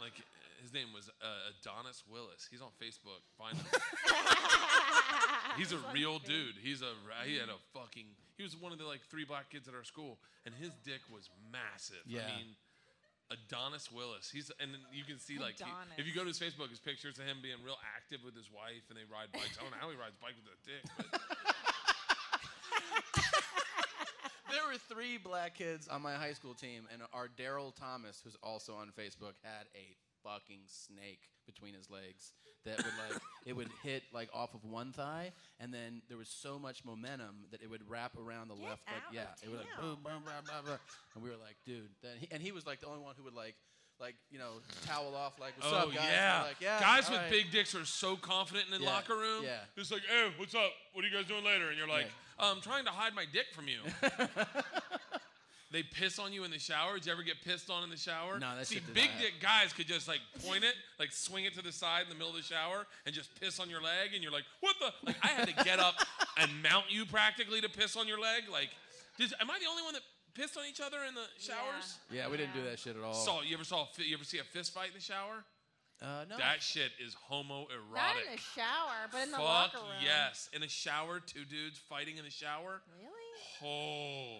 Like his name was uh, Adonis Willis. He's on Facebook. Find him. He's a real dude. He's a ra- he had a fucking. He was one of the like three black kids at our school, and his dick was massive. Yeah. I mean, Adonis Willis. He's and then you can see like he- Adonis. if you go to his Facebook, his pictures of him being real active with his wife, and they ride bikes. I don't know how he rides bike with a dick. But There were three black kids on my high school team, and our Daryl Thomas, who's also on Facebook, had a fucking snake between his legs that would like it would hit like off of one thigh, and then there was so much momentum that it would wrap around the left. Like yeah, it would like boom, boom, blah, blah, blah. and we were like, dude. Then he, and he was like the only one who would like. Like you know, towel off. Like what's oh up, guys? And yeah. we're Like, yeah, guys all with right." big dicks are so confident in the Yeah, locker room. yeah. It's like, hey, what's up? What are you guys doing later? And you're like, I'm trying to hide my dick from you. they piss on you in the shower. Did you ever get pissed on in the shower? No, that See, shit did big not dick guys could just like point it, like swing it to the side in the middle of the shower, and just piss on your leg. And you're like, what the? Like I had to get up and mount you practically to piss on your leg. Like, did, am I the only one that pissed on each other in the showers? Yeah, we didn't do that shit at all. Saw you ever saw a fi- you ever see a fist fight in the shower? Uh, no. That shit is homoerotic. Not in the shower, but in the Fuck locker room. yes, in the shower, two dudes fighting in the shower. Really? Oh,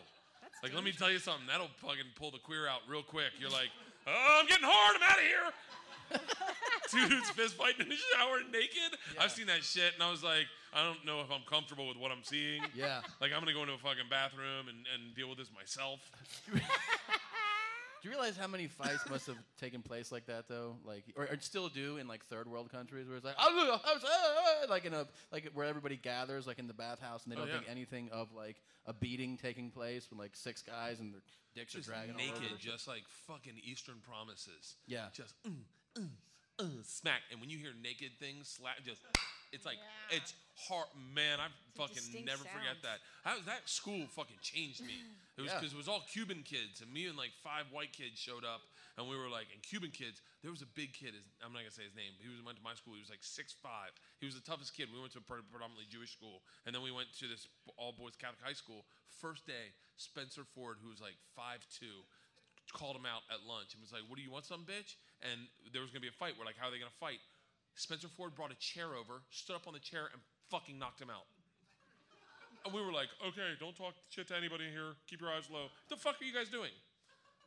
like let me tell you something. That'll fucking pull the queer out real quick. You're like, oh, I'm getting hard. I'm out of here. two dudes fist fighting in the shower naked. I've seen that shit, and I was like, I don't know if I'm comfortable with what I'm seeing. Yeah. Like I'm gonna go into a fucking bathroom and, and deal with this myself. Do you realize how many fights must have taken place like that though? Like, or, or still do in like third world countries where it's like, "Ah, ah, ah, ah," like in a like where everybody gathers like in the bathhouse and they Oh, don't yeah. think anything of like a beating taking place with like six guys and their dicks just are dragging all over naked, the place. just like fucking Eastern promises. Yeah. just mm, mm, mm, smack. And when you hear naked things, slap, just it's like it's hard. Man, I fucking distinct never forget sound. that. I was, that school fucking changed me. It was Yeah. because it was all Cuban kids, and me and like five white kids showed up, and we were like, and Cuban kids. There was a big kid. His, I'm not gonna say his name, but he was went to my school. He was like six five. He was the toughest kid. We went to a pre- predominantly Jewish school, and then we went to this all boys Catholic high school. First day, Spencer Ford, who was like five two, called him out at lunch and was like, "What do you want, some bitch?" And there was gonna be a fight. We're like, "How are they gonna fight?" Spencer Ford brought a chair over, stood up on the chair, and fucking knocked him out. And we were like, "Okay, don't talk shit to anybody here. Keep your eyes low." What the fuck are you guys doing?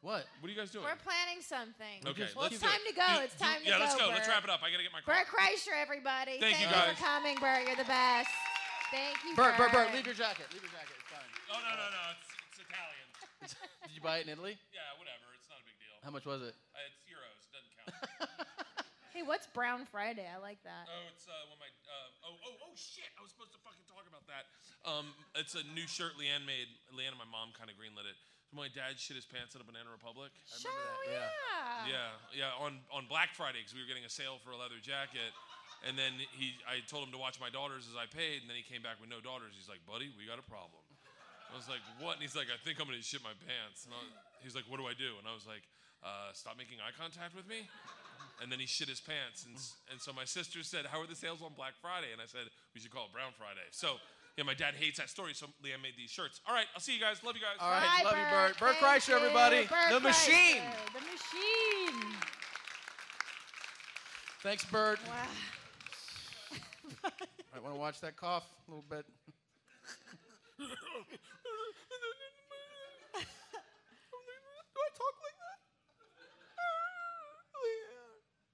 What? What are you guys doing? We're planning something. Okay, well, let's do it's time it. to go. You- it's you- time to yeah, go. let's go. Let's Bert. wrap it up. I gotta get my car. Bert Kreischer, everybody. Thank you, guys. for coming, Bert. You're the best. Thank you, Bert, Bert. Bert, Bert, leave your jacket. Leave your jacket. It's fine. Oh no no no! It's, it's Italian. Did you buy it in Italy? yeah, whatever. It's not a big deal. How much was it? Uh, it's euros. It doesn't count. Hey, what's Brown Friday? I like that. Oh, it's uh, when my uh, oh oh oh shit! I was supposed to fucking talk about that. Um, it's a new shirt Leanne made. Leanne and my mom kind of greenlit it. My dad shit his pants at a Banana Republic. I remember that. yeah. Yeah, yeah. On on Black Friday, because we were getting a sale for a leather jacket, and then he, I told him to watch my daughters as I paid, and then he came back with no daughters. He's like, "Buddy, we got a problem." I was like, "What?" And he's like, "I think I'm gonna shit my pants." And I, he's like, "What do I do?" And I was like, uh, "Stop making eye contact with me." And then he shit his pants, and s- and so my sister said, "How are the sales on Black Friday?" And I said, "We should call it Brown Friday." So. Yeah, my dad hates that story, so Leanne made these shirts. All right, I'll see you guys. Love you guys. All right, love you, Bert. Bert Kreischer, everybody. the machine. The machine. Thanks, Bert. I want to watch that cough a little bit. Do I talk like that?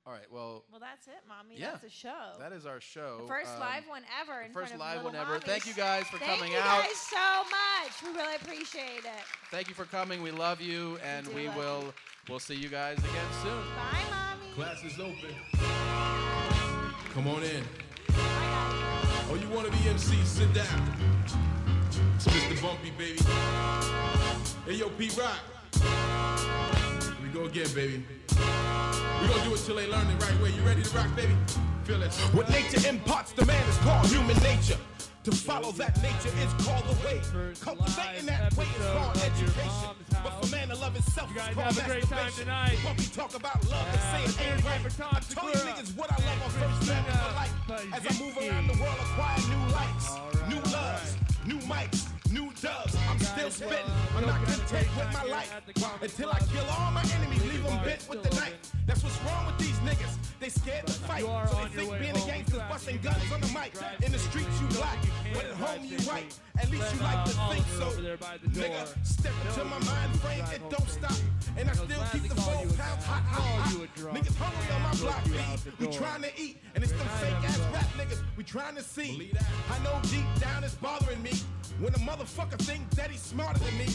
All right, well, Well, that's it, mommy. Yeah. That's a show. that is our show. The first Um, live one ever. In first front of live Little one ever. Mommies. Thank you guys for Thank coming you out. guys so much. We really appreciate it. Thank you for coming. We love you, and do we love will we'll see you guys again soon. Bye, mommy. Class is open. Come on in. Oh, you want to be MC? Sit down. It's Mr. Bumpy, baby. Hey, yo, P Rock. Here we go again, baby. We gonna do it till they learn the right way. You ready to rock, baby? Feel it. What nature imparts, the man is called human nature. To follow that nature is called the way. Cultivating that way is called education. But for man to love himself, is called have a great time masturbation. tonight. But we talk about love and say it ain't right. I told you niggas what I love on first level for life. As I move around the world, acquire new lights, new loves, new mics, new doves. I'm still spitting. I'm not content with my life until I kill all my enemies, leave them bent with the knife. That's what's wrong with these niggas. They scared to fight, so they think being a gangster's busting guns on the mic. In the streets you black, but at home you white. At least you like to think so. Nigga, step into my mind frame, it don't stop. And I still keep the four pounds hot, hot, hot. Niggas hungry on my block, B. We trying to eat, and it's them fake ass rap niggas we trying to see. I know deep down it's bothering me when a motherfucker thinks that he's smarter than me.